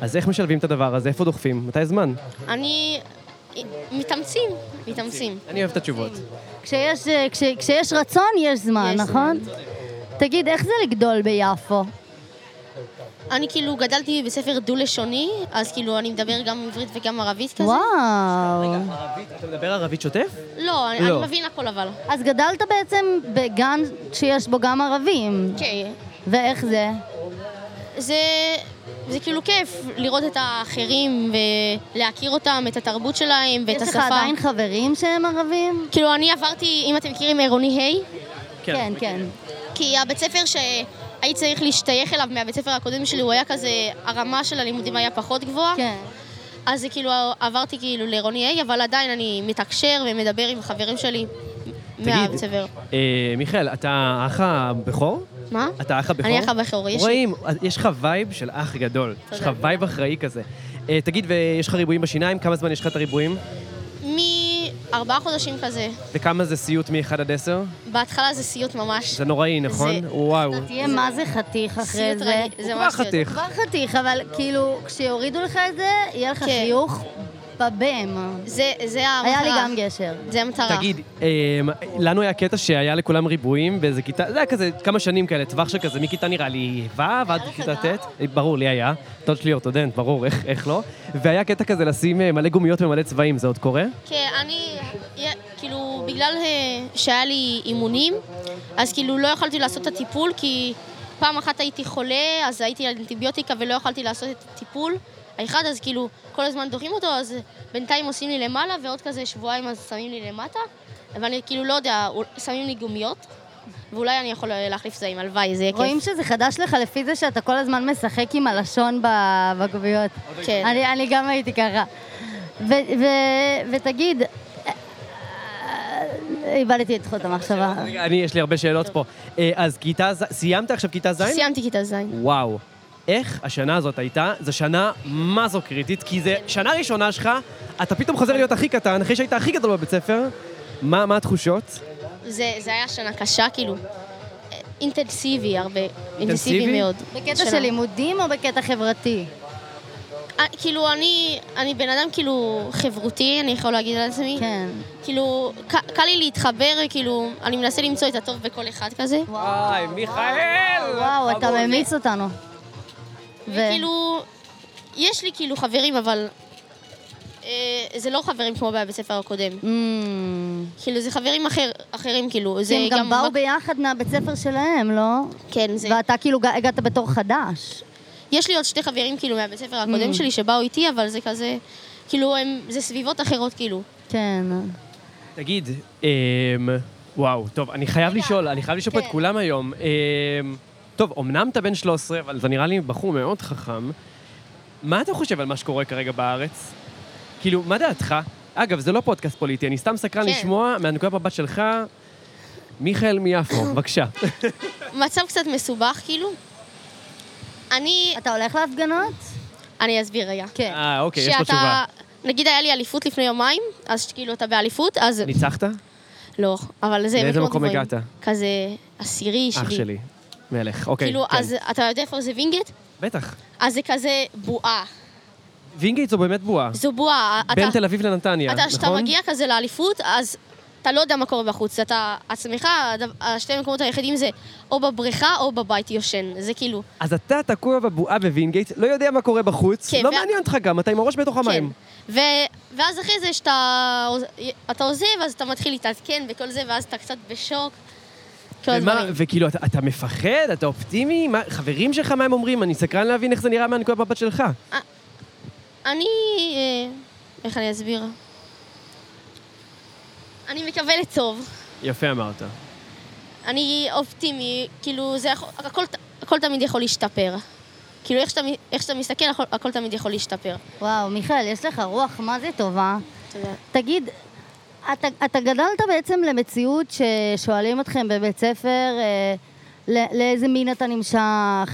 S4: אז איך משלבים את הדבר הזה? איפה דוחפים? מתי זמן?
S10: אני... מתאמצים, מתאמצים.
S4: אני אוהב את התשובות.
S5: כשיש, אה, כש, כשיש רצון, יש זמן,
S10: יש
S5: נכון? תגיד, איך זה לגדול ביפו?
S10: אני כאילו גדלתי בבית ספר דו-לשוני, אז כאילו אני מדבר גם עברית וגם ערבית כזה.
S5: וואו.
S4: אתה מדבר ערבית שוטף?
S10: לא, אני,
S4: לא.
S10: אני מבין הכל אבל.
S5: אז גדלת בעצם בגן שיש בו גם ערבים.
S10: כן.
S5: ואיך זה?
S10: זה, זה כאילו כיף לראות את האחרים ולהכיר אותם, את התרבות שלהם ואת
S5: יש לך
S10: השפה.
S5: עדיין חברים שהם ערבים?
S10: כאילו, אני עברתי, אם אתם מכירים, עירוני
S5: כן, כן.
S10: ה', כי הבית ספר שהייתי צריך להשתייך אליו מהבית ספר הקודם שלי, הוא היה כזה, הרמה של הלימודים היה פחות גבוהה.
S5: כן.
S10: אז זה כאילו, עברתי כאילו לעירוני ה', אבל עדיין אני מתקשר ומדבר עם חברים שלי מהבית ספר.
S4: אה, מיכאל, אתה האח הבכור?
S10: מה?
S4: אתה האח הבכור?
S10: אני האח הבכור, יש לי-
S4: רואים, יש לך וייב של אח גדול. יש לך וייב אחראי כזה. אה, תגיד, ויש לך ריבועים בשיניים? כמה זמן יש לך את הריבועים?
S10: מארבעה חודשים כזה.
S4: וכמה זה סיוט מ-1 עד 10?
S10: בהתחלה זה סיוט ממש.
S4: זה נוראי, נכון?
S10: זה-
S4: וואו.
S5: תהיה מה זה חתיך אחרי
S10: סיוט
S5: זה.
S10: רגיל, זה
S4: הוא
S10: ממש
S4: כבר
S10: סיוט.
S4: חתיך.
S5: כבר חתיך, אבל כאילו, כשיורידו לך את זה, יהיה
S10: כן.
S5: לך חיוך בבם.
S10: זה, זה המטרה.
S5: היה לי גם גשר.
S10: זה המטרה.
S4: תגיד, אה, לנו היה קטע שהיה לכולם ריבועים באיזה כיתה, זה היה כזה כמה שנים כאלה, טווח של כזה, מכיתה נראה לי ו' עד כיתה ט', אה, ברור, לי היה, דוד שלי אורתודנט, ברור, איך- איך לא, והיה קטע כזה לשים אה, מלא גומיות ומלא צבעים, זה עוד קורה?
S10: כן, אני, כאילו, בגלל אה, שהיה לי אימונים, אז כאילו לא יכולתי לעשות את הטיפול, כי פעם אחת הייתי חולה, אז הייתי על אנטיביוטיקה ולא יכולתי לעשות את הטיפול. האחד, אז כאילו, כל הזמן דוחים אותו, אז בינתיים עושים לי למעלה, ועוד כזה שבועיים אז שמים לי למטה. אבל אני כאילו, לא יודע, אול- שמים לי גומיות, ואולי אני יכול אה, להחליף זעים, הלוואי, זה יהיה
S5: רואים
S10: כיף.
S5: שזה חדש לך לפי זה שאתה כל הזמן משחק עם הלשון ב- בגוויות.
S10: כן.
S5: אני, אני גם הייתי ככה. ו, ו, ותגיד, אה, איבדתי את חוט המחשבה.
S4: רגע, אני, יש לי הרבה שאלות פה. אה, אז כיתה ז', סיימת עכשיו כיתה ז'?
S10: סיימתי כיתה ז'.
S4: וואו. איך השנה הזאת הייתה, זו שנה מה זו קריטית, כי זו שנה ראשונה שלך, אתה פתאום חוזר להיות הכי קטן, אחרי שהיית הכי גדול בבית ספר, מה, מה התחושות?
S10: זה, זה היה שנה קשה, כאילו. אה, אינטנסיבי הרבה,
S4: אינטנסיבי?
S10: אינטנסיבי מאוד.
S5: בקטע
S10: שנה.
S5: של לימודים או בקטע חברתי?
S10: אה, כאילו, אני, אני בן אדם כאילו חברותי, אני יכול להגיד על עצמי.
S5: כן.
S10: כאילו, ק- קל לי להתחבר, כאילו, אני מנסה למצוא את הטוב בכל אחד כזה.
S4: וואי, מיכאל!
S5: וואו, אתה ממיץ אותנו. ו-
S10: וכאילו, יש לי כאילו חברים, אבל... אה, זה לא חברים כמו בבית הספר הקודם.
S5: Mm.
S10: כאילו, זה חברים אחר, אחרים, כאילו.
S5: כי
S10: זה
S5: הם גם באו ביחד מהבית ספר שלהם, לא?
S10: כן, זה...
S5: ואתה כאילו ג- הגעת בתור חדש.
S10: יש לי עוד שתי חברים, כאילו, מהבית ספר הקודם
S5: Mm.
S10: שלי שבאו איתי, אבל זה כזה... כאילו, הם... זה סביבות אחרות, כאילו.
S5: כן.
S4: תגיד, אמ, וואו, טוב, אני חייב לשאול, אני חייב לשאול
S10: כן.
S4: פה את כולם היום. אמ, טוב, אמנם אתה בן 13, אבל אתה נראה לי בחור מאוד חכם. מה אתה חושב על מה שקורה כרגע בארץ? כאילו, מה דעתך? אגב, זה לא פודקאסט פוליטי, אני סתם סקרן
S10: כן.
S4: לשמוע מהנקודת מבט שלך, מיכאל
S10: [coughs]
S4: מיפו, בבקשה.
S10: מצב קצת מסובך, כאילו. אני...
S5: אתה הולך להפגנות?
S10: אני אסביר רגע.
S5: כן.
S4: אה, אוקיי, יש לו תשובה.
S10: נגיד היה לי אליפות לפני יומיים, אז כאילו אתה באליפות, אז...
S4: ניצחת?
S10: לא, אבל זה...
S4: לאיזה
S10: מקומות
S4: מקום
S10: גבוהים.
S4: הגעת?
S10: כזה עשירי, שלי.
S4: אח שלי. מלך, אוקיי.
S10: כאילו,
S4: כן.
S10: אז אתה יודע איפה זה וינגייט?
S4: בטח.
S10: אז זה כזה בועה.
S4: וינגייט זו באמת בועה.
S10: זו בועה.
S4: בין
S10: אתה-
S4: תל אביב לנתניה,
S10: אתה,
S4: נכון?
S10: כשאתה מגיע כזה לאליפות, אז אתה לא יודע מה קורה בחוץ. אתה עצמך, הדב- השתי המקומות היחידים זה או בבריכה או בבית יושן. זה כאילו...
S4: אז אתה תקוע בבועה בווינגייט, לא יודע מה קורה בחוץ,
S10: כן,
S4: לא
S10: וה- כן,
S4: מעניין אותך גם, אתה עם הראש בתוך המים.
S10: ו... ואז אחרי זה שאתה אתה עוזב, אז אתה מתחיל להתעדכן וכל זה, ואז אתה קצת בשוק. כל
S4: ומה-
S10: הדברים.
S4: וכאילו, אתה, אתה מפחד? אתה אופטימי? מה, חברים שלך, מה הם אומרים? אני סקרן להבין איך זה נראה מהנקודת מבט שלך.
S10: אני... אה, איך אני אסביר? אני מקבלת טוב.
S4: יפה אמרת.
S10: אני אופטימי, כאילו, זה יכול... הכל, הכל תמיד יכול להשתפר. כאילו, איך שאתה, מ- איך שאתה מסתכל, הכל, הכל תמיד יכול להשתפר.
S5: וואו, מיכאל, יש לך רוח מה זה טובה.
S10: תודה.
S5: תגיד, אתה, אתה גדלת בעצם למציאות ששואלים אתכם בבית ספר, אה, לא- לאיזה מין אתה נמשך,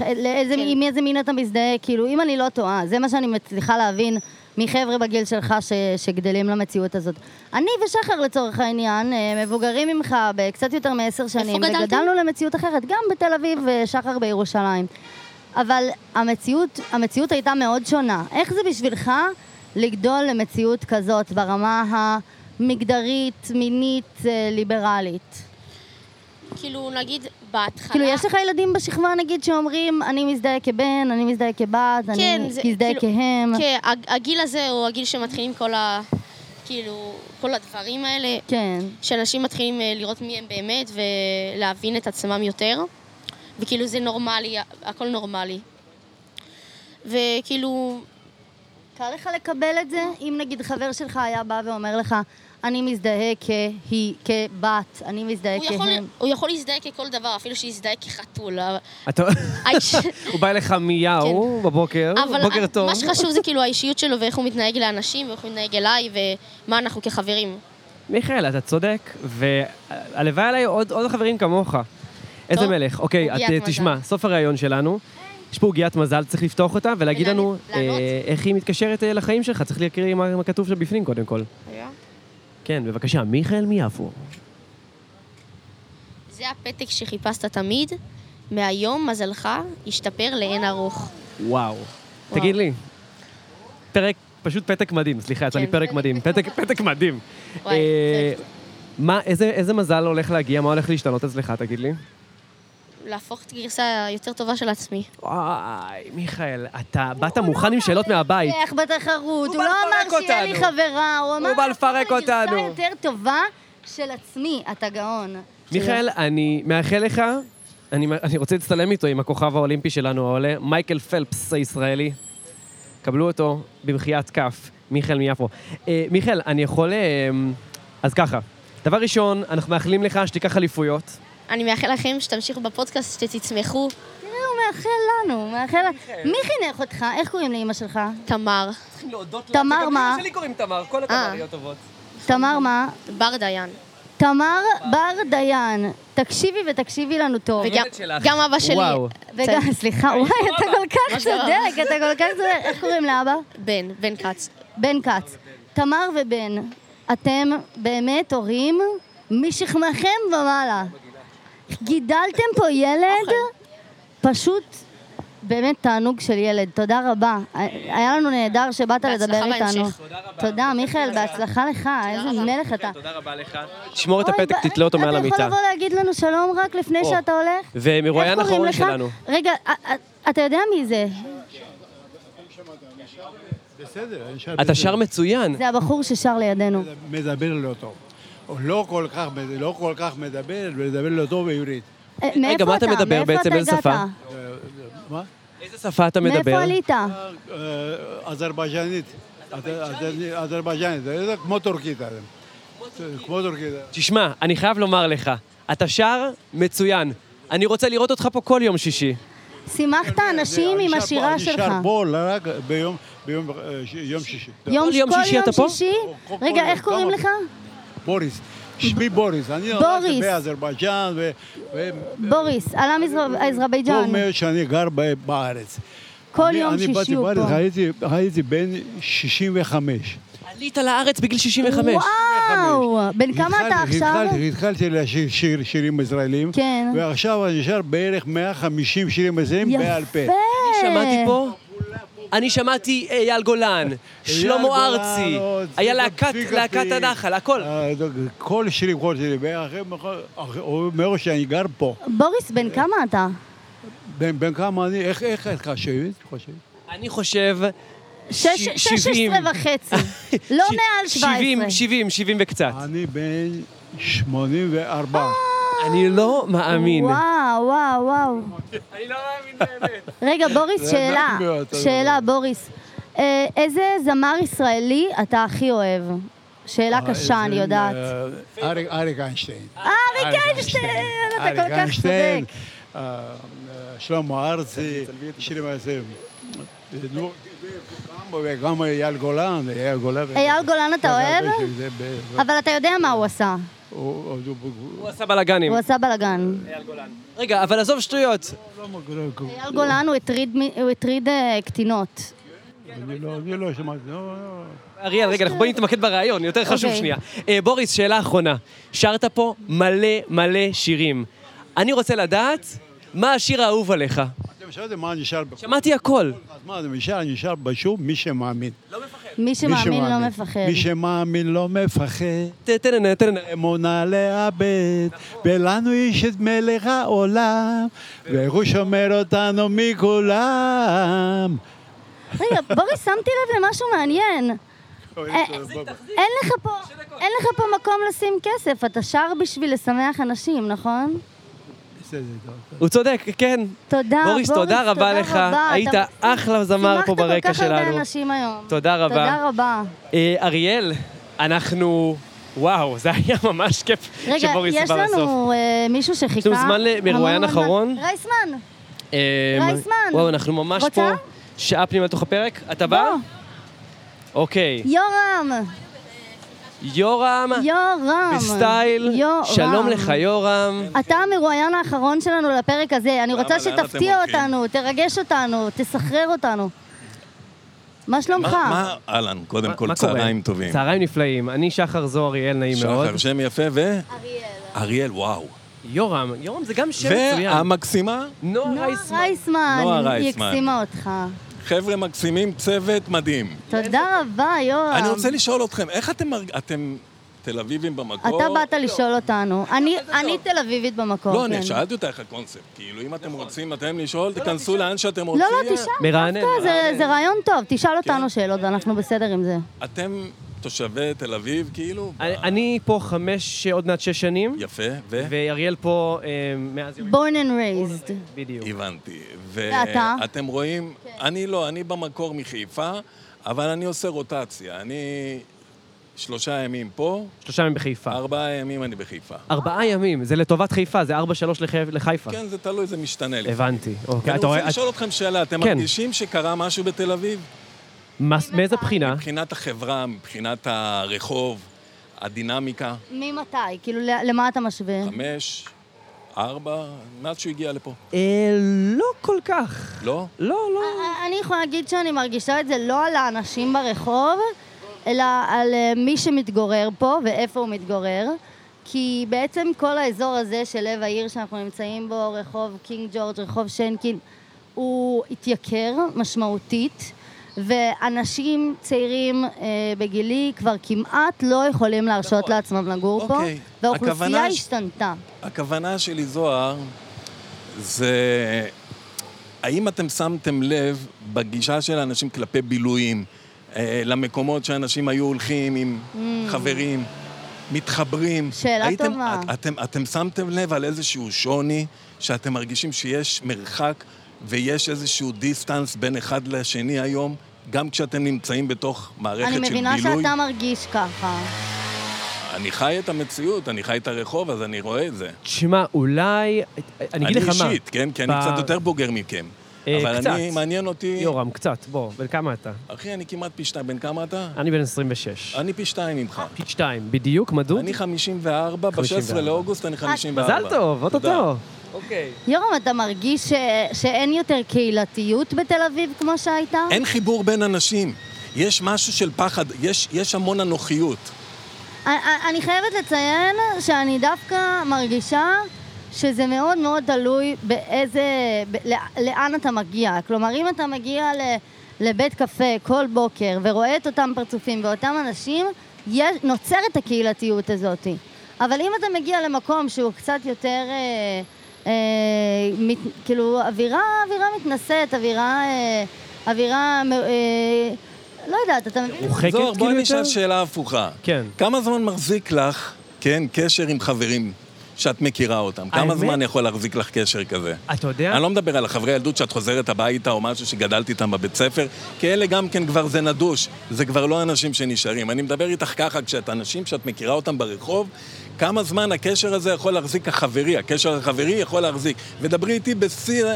S5: אה, לאיזה,
S10: כן.
S5: כן. עם איזה מין אתה מזדהה, כאילו, אם אני לא טועה, זה מה שאני מצליחה להבין מחבר'ה בגיל שלך ש, שגדלים למציאות הזאת. אני ושחר לצורך העניין, אה, מבוגרים ממך בקצת יותר מעשר שנים,
S10: גדלתם?
S5: וגדלנו למציאות אחרת, גם בתל אביב ושחר בירושלים. אבל המציאות, המציאות הייתה מאוד שונה. איך זה בשבילך לגדול למציאות כזאת ברמה המגדרית, מינית, אה, ליברלית?
S10: כאילו, נגיד, בהתחלה...
S5: כאילו, יש לך ילדים בשכבה, נגיד, שאומרים, אני מזדהה כבן, אני מזדהה כבת,
S10: כן,
S5: אני
S10: זה-
S5: מזדהה
S10: כאילו-
S5: כהם.
S10: כן, הג- הגיל הזה הוא הגיל שמתחילים כל ה... כאילו, כל הדברים האלה,
S5: כן.
S10: שאנשים מתחילים אה, לראות מי הם באמת ולהבין את עצמם יותר. וכאילו, זה נורמלי, הכל נורמלי. וכאילו,
S5: קל לך לקבל את זה? אם נגיד חבר שלך היה בא ואומר לך, אני מזדהה כהיא, כבת, אני מזדהה
S10: הוא יכול,
S5: כהם.
S10: הוא יכול להזדהה ככל דבר, אפילו שיזדהה כחתול. אבל-
S4: אתה...
S10: האיש-
S4: [laughs] הוא בא אליך מיהו בבוקר,
S10: כן. אבל
S4: בוקר
S10: את-
S4: טוב.
S10: מה שחשוב זה כאילו האישיות שלו ואיך הוא מתנהג לאנשים ואיך הוא מתנהג אליי ומה אנחנו כחברים.
S4: מיכאל, אתה צודק, והלוואי עליי עוד, עוד חברים כמוך. איזה
S10: טוב,
S4: מלך. אוקיי, את
S10: עוגיית
S4: אה,
S10: מזל.
S4: תשמע, סוף הראיון שלנו. יש פה עוגיית מזל, צריך לפתוח אותה ולהגיד
S10: ולעני-
S4: לנו אה,
S10: לענות?
S4: איך היא מתקשרת אה, לחיים שלך. צריך להקריא מה מה כתוב שם בפנים קודם כל. כן, בבקשה, מיכאל מיפו.
S10: זה הפתק שחיפשת תמיד, מהיום מזלך השתפר לאין ארוך.
S4: וואו. תגיד לי, פרק, פשוט פתק מדהים, סליחה, יצא לי
S10: כן,
S4: פרק
S10: פתק
S4: מדהים, פתק פתק מדהים.
S10: וואי,
S4: אה, מה, איזה איזה מזל הולך להגיע, מה הולך להשתנות אצלך, תגיד לי?
S10: להפוך את הגרסה היותר טובה של עצמי.
S4: וואי, מיכאל, אתה באת
S10: לא,
S4: מוכן עם שאלות מהבית.
S5: איך בתחרות, הוא
S4: בא
S5: לא
S4: לפרק
S5: אמר שיהיה לי
S4: אותנו.
S5: חברה, הוא אמר...
S4: בא לפרק
S5: גרסה
S4: אותנו."
S5: יותר טובה של עצמי, אתה גאון.
S4: מיכאל, אני מאחל לך, אני אני רוצה להצטלם איתו, עם הכוכב האולימפי שלנו העולה, מייקל פלפס הישראלי. קבלו אותו במחיית כף, מיכאל מיפו. אה, מיכאל, אני יכול... אה, אז ככה, דבר ראשון, אנחנו מאחלים לך שתיקח אליפויות.
S10: אני מאחל לכם שתמשיכו בפודקאסט, שתצמחו.
S5: תראה, הוא מאחל לנו, הוא מאחל... מי חינך אותך? איך קוראים לאימא שלך?
S10: תמר,
S4: צריכים להודות
S5: תמר, גם מה? אה. לאמא שלי
S4: קוראים תמר, כל
S10: התמריות
S4: טובות.
S5: תמר מה?
S10: בר דיין.
S5: תמר בר דיין. תקשיבי ותקשיבי לנו טוב.
S10: וגם
S4: שלך.
S10: גם אבא שלי,
S4: וואו.
S5: וגם, סליחה, וואי, אתה כל
S10: מה
S5: כך
S10: זה אבא?
S5: צודק, אתה כל כך צודק. איך קוראים לאבא?
S10: בן, בן כץ.
S5: בן כץ. תמר ובן, אתם באמת הורים משכמכם ומעלה. גידלתם פה ילד, פשוט באמת תענוג של ילד. תודה רבה. היה לנו נהדר שבאת
S10: בהצלחה
S5: לדבר
S10: בהמשך.
S5: איתנו.
S10: תודה
S5: תודה, מיכאל, בהצלחה לך, איזה מלך אתה.
S4: תודה רבה לך. שמור את
S5: אוי,
S4: הפתק,
S5: ב-
S4: תתלה אותו מעל
S5: אתה
S4: המיטה.
S5: יכול לבוא להגיד לנו שלום רק לפני
S4: או.
S5: שאתה הולך?
S4: ומרואיין
S5: איך קוראים
S4: אחרון
S5: לך?
S4: שלנו.
S5: רגע, א- א- אתה יודע מי זה?
S11: בסדר, אני שר...
S7: אתה שר מצוין.
S5: זה הבחור ששר לידינו.
S11: מדבר לא טוב. הוא לא כל כך, לא כל כך מדבר, מדבר לא טוב בעברית.
S5: אה, מאיפה
S7: מה אתה מדבר
S5: מאיפה
S7: בעצם?
S5: אתה
S7: באיזה
S5: הגעת?
S7: שפה?
S11: מה?
S7: איזה שפה אתה מדבר?
S5: מאיפה עלית?
S11: אה, אזרבייג'נית. אזרבייג'נית, זה כמו טורקית. זה כמו טורקית.
S4: תשמע, אני חייב לומר לך, אתה שר מצוין. אני רוצה לראות אותך פה כל יום שישי.
S5: שימחת
S11: אה,
S5: אנשים עם
S11: אני שר פה-
S5: השירה שלך.
S11: אני שר פה לא רק ביום ביום, אה, ש- יום שישי.
S7: אה,
S5: יום, כל יום שישי?
S11: כל- כל
S5: רגע,
S11: יום,
S5: איך קוראים
S11: כמה?
S5: לך?
S11: אה, בוריס. שמי בוריס. אני
S5: בוריס.
S11: נולדתי באזרבייג'אן, ו- ו-
S5: בוריס, עלה מאזרבייג'אן.
S11: טוב מאוד שאני גר ב- בארץ.
S5: כל
S11: אני-
S5: יום
S11: אני
S5: שישי
S11: באתי
S5: הוא
S11: בארץ,
S5: פה.
S11: הייתי- הייתי בן 65.
S4: עלית לארץ בגיל 65.
S5: וואו! בן כמה אתה
S11: התחלתי-
S5: עכשיו?
S11: התחלתי- התחלתי לשיר שיר- שירים ישראלים,
S5: כן.
S11: ועכשיו אני שר בערך 150 שירים ישראלים בעל פה.
S5: יפה.
S4: שמעתי פה, אני שמעתי אה, אייל גולן, שלמה
S11: גולן,
S4: ארצי,
S11: עוד
S4: היה
S11: צביקה
S4: להקת-
S11: פיק.
S4: להקת הנחל, הכל.
S11: אה, כל שירים, כל שירים, ואחרי אחרי- מרוב שאני גר פה.
S5: בוריס, בן כמה אתה?
S11: בן בן כמה אני, איך איך את חושבת? חושבת?
S4: אני חושב...
S5: שש-
S4: ש-
S5: 16
S4: שבעים. [laughs]
S5: וחצי. לא
S4: ש-
S5: מעל 17.
S4: 70, 70, 70 וקצת.
S11: אני בן 84.
S5: אה.
S4: אני לא מאמין.
S5: וואו, וואו, וואו. אני לא מאמין באמת. [laughs] רגע, בוריס,
S11: זה
S5: שאלה.
S11: ענק מאוד, אתה
S5: שאלה, בוריס. אה, איזה זמר ישראלי אתה הכי אוהב? שאלה קשה, אני יודעת.
S11: אה, אריק אריק איינשטיין.
S5: אריק איינשטיין, אתה כל כך צודק.
S11: אה, אה, שלמה
S5: אה!
S11: ארצי, שירים ישראלים. נו, וגם- וגם אייל גולן, אייל גולן.
S5: אייל גולן אתה אוהב?
S11: זה ב-
S5: אבל אתה יודע מה הוא עשה.
S11: הוא- הוא- הוא-
S4: הוא עשה בלאגנים.
S5: הוא עשה בלאגן.
S4: רגע, אבל עזוב שטויות.
S5: אייל גולן הוא הטריד מי- הוא הטריד אה, קטינות.
S11: אני לא- אני לא שמעתי, לא, לא.
S4: אריאל, רגע, אנחנו בואי נתמקד ברעיון, יותר חשוב
S5: אוקיי.
S4: שנייה. אה, בוריס, שאלה אחרונה. שרת פה מלא מלא שירים. אני רוצה לדעת מה השיר האהוב עליך.
S11: אתם שאלתם מה נשאר בכל.
S4: שמעתי הכל.
S11: אז מה, אני נשאר, אני נשאר בשום מי שמאמין.
S5: מי
S11: מי
S5: שמאמין לא מפחד.
S11: מי שמאמין לא מפחד.
S4: ת- תננה, תננה.
S11: אמונה לאבד, ולנו איש את מלך העולם, והוא שומר אותנו מכולם.
S5: רגע, בוריס, שמתי לב למשהו מעניין. אה, אין לך פה, אין לך פה מקום לשים כסף, אתה שר בשביל לשמח אנשים, נכון?
S4: הוא צודק, כן.
S5: תודה,
S4: בוריס, תודה רבה לך.
S5: רבה.
S4: היית
S5: אתה
S4: אחלה זמר פה ברקע
S5: שימחת כל כך
S4: שלנו.
S5: הרבה אנשים היום.
S4: תודה רבה.
S5: תודה רבה.
S4: אה, אריאל, אנחנו... וואו, זה היה ממש כיף
S5: רגע,
S4: שבוריס
S5: יש
S4: בא לסוף.
S5: לנו אה, מישהו שחיכה.
S4: יש לנו זמן למרואיין
S5: המון המון
S4: אחרון?
S5: זמן. רייסמן,
S4: אה,
S5: רייסמן.
S4: וואו, אנחנו ממש פה
S5: רוצה?
S4: שעה פנימה לתוך הפרק. אתה בא?
S5: בוא.
S4: אוקיי.
S5: יורם,
S4: יורם,
S5: יורם.
S4: בסטייל.
S5: יורם.
S4: שלום לך, יורם.
S5: אתה המרואיין האחרון שלנו לפרק הזה, אני רוצה
S1: למה, לאן אתם
S5: שתפתיע
S1: הולכים?
S5: אותנו, תרגש אותנו, תסחרר אותנו. מה שלומך?
S1: מה, מה, אהלן, קודם כל,
S4: אה, מה קורה?
S1: צהריים טובים.
S4: צהריים נפלאים. אני שחר זו אריאל, נעים מאוד.
S1: שחר, שם יפה, ו... אריאל, וואו.
S4: יורם, יורם זה גם שם מצוין.
S1: והמקסימה,
S4: נועה
S5: נועה
S4: רייסמן.
S5: רייסמן,
S1: נועה
S5: היא
S1: רייסמן.
S5: הקסימה אותך.
S1: חבר'ה מקסימים, צוות מדהים.
S5: תודה רבה, יורם.
S1: אני רוצה לשאול אתכם, איך אתם מרג... אתם תל אביבים במקור?
S5: אתה באת לשאול אותנו. אני- אני תל אביבית במקור,
S1: לא,
S5: כן.
S1: אני שאלתי אותה איך הקונספט. כאילו, אם אתם רוצים אתם לשאול, תיכנסו לאן שאתם
S5: לא,
S1: רוצים.
S5: לא, תשאל.
S4: מרענן.
S5: דווקא
S1: כן.
S5: זה- זה רעיון טוב, תשאל אותנו שאלות ואנחנו בסדר עם זה.
S1: אתם תושבי תל אביב, כאילו?
S4: אני- אני פה חמש, עוד מעט שש שנים,
S1: יפה, ו...
S4: ואריאל פה אה, מאז יום...
S5: born and
S1: אוקיי.
S5: raised.
S4: בדיוק.
S1: הבנתי.
S5: ואתה?
S1: ואתם רואים, אני לא, אני במקור מחיפה, אבל אני עושה רוטציה. אני שלושה ימים פה,
S4: שלושה ימים בחיפה.
S1: ארבעה ימים אני בחיפה.
S4: ארבעה ימים, זה לטובת חיפה, זה ארבע שלוש לחי- לחיפה.
S1: כן, זה תלוי, זה משתנה לי.
S4: הבנתי. אוקיי,
S1: אני
S4: אתה
S1: רוצה
S4: רואה...
S1: לשאול אתכם שאלה, אתם
S4: כן.
S1: מרגישים שקרה משהו בתל אביב?
S4: מה- מאיזה בחינה?
S1: מבחינת החברה, מבחינת הרחוב, הדינמיקה,
S5: ממתי? כאילו, ל- למה אתה משווה?
S1: חמש, ארבע, מאז שהוא הגיע לפה.
S4: אה, לא כל כך.
S1: לא?
S4: לא, לא.
S5: א- אני יכולה להגיד שאני מרגישה את זה לא על האנשים ברחוב, אלא על אה, מי שמתגורר פה ואיפה הוא מתגורר. כי בעצם כל האזור הזה של לב העיר שאנחנו נמצאים בו, רחוב קינג ג'ורג', רחוב שנקין, הוא התייקר משמעותית, ואנשים צעירים אה, בגילי כבר כמעט לא יכולים להרשות לעצמם לגור פה,
S1: נכון. אוקיי.
S5: והאוכלוסייה
S1: הכוונה ש-
S5: השתנתה.
S1: הכוונה שלי, זוהר, זה האם אתם שמתם לב בגישה של האנשים כלפי בילויים, אה, למקומות שאנשים היו הולכים עם
S5: Mm.
S1: חברים, מתחברים?
S5: שאלה
S1: הייתם,
S5: טובה.
S1: את, אתם, אתם שמתם לב על איזשהו שוני, שאתם מרגישים שיש מרחק ויש איזשהו דיסטנס בין אחד לשני היום, גם כשאתם נמצאים בתוך מערכת של
S5: אני
S1: בילוי?
S5: מבינה שאתה מרגיש ככה.
S1: אני חי את המציאות, אני חי את הרחוב, אז אני רואה את זה.
S4: תשמע, אולי... אני אגיד לך מה.
S1: אני אישית, כן? כי אני
S4: ב-
S1: קצת יותר בוגר מכם.
S4: אה,
S1: אבל
S4: קצת.
S1: אני, מעניין אותי...
S4: יורם, קצת, בוא, בן כמה אתה?
S1: אחי, אני כמעט פי שתיים. בן כמה אתה?
S4: אני בן 26.
S1: אני פי שתיים ממך.
S4: פי שתיים, בדיוק, מדוד?
S1: אני 54, ב-16
S4: 54.
S1: לאוגוסט אני 54.
S4: אה, מזל טוב, אוטוטו.
S1: אוקיי.
S5: יורם, אתה מרגיש ש... שאין יותר קהילתיות בתל אביב כמו שהייתה?
S1: אין חיבור בין אנשים. יש משהו של פחד, יש, יש המון אנוכיות.
S5: אני- אני חייבת לציין שאני דווקא מרגישה שזה מאוד מאוד תלוי באיזה... ב- לא- לאן אתה מגיע. כלומר, אם אתה מגיע ל... לבית קפה כל בוקר ורואה את אותם פרצופים ואותם אנשים, יש... נוצרת הקהילתיות הזאת. אבל אם אתה מגיע למקום שהוא קצת יותר... אה, אה, מת, כאילו, אווירה, אווירה מתנשאת, אווירה... אה, אווירה... מ- אה, לא יודעת, אתה מבין?
S1: זוהר, בואי
S4: כאילו
S1: נשאל שאלה הפוכה. כן. כמה זמן מחזיק לך, כן, קשר עם חברים שאת מכירה אותם? כמה
S4: האמת?
S1: זמן יכול להחזיק לך קשר כזה?
S4: אתה יודע?
S1: אני לא מדבר על החברי ילדות שאת חוזרת הביתה או משהו שגדלת איתם בבית ספר, כי אלה גם כן כבר זה נדוש, זה כבר לא אנשים שנשארים. אני מדבר איתך ככה, כשאת אנשים שאת מכירה אותם ברחוב, כמה זמן הקשר הזה יכול להחזיק החברי, הקשר החברי יכול להחזיק. ודברי איתי בשיא,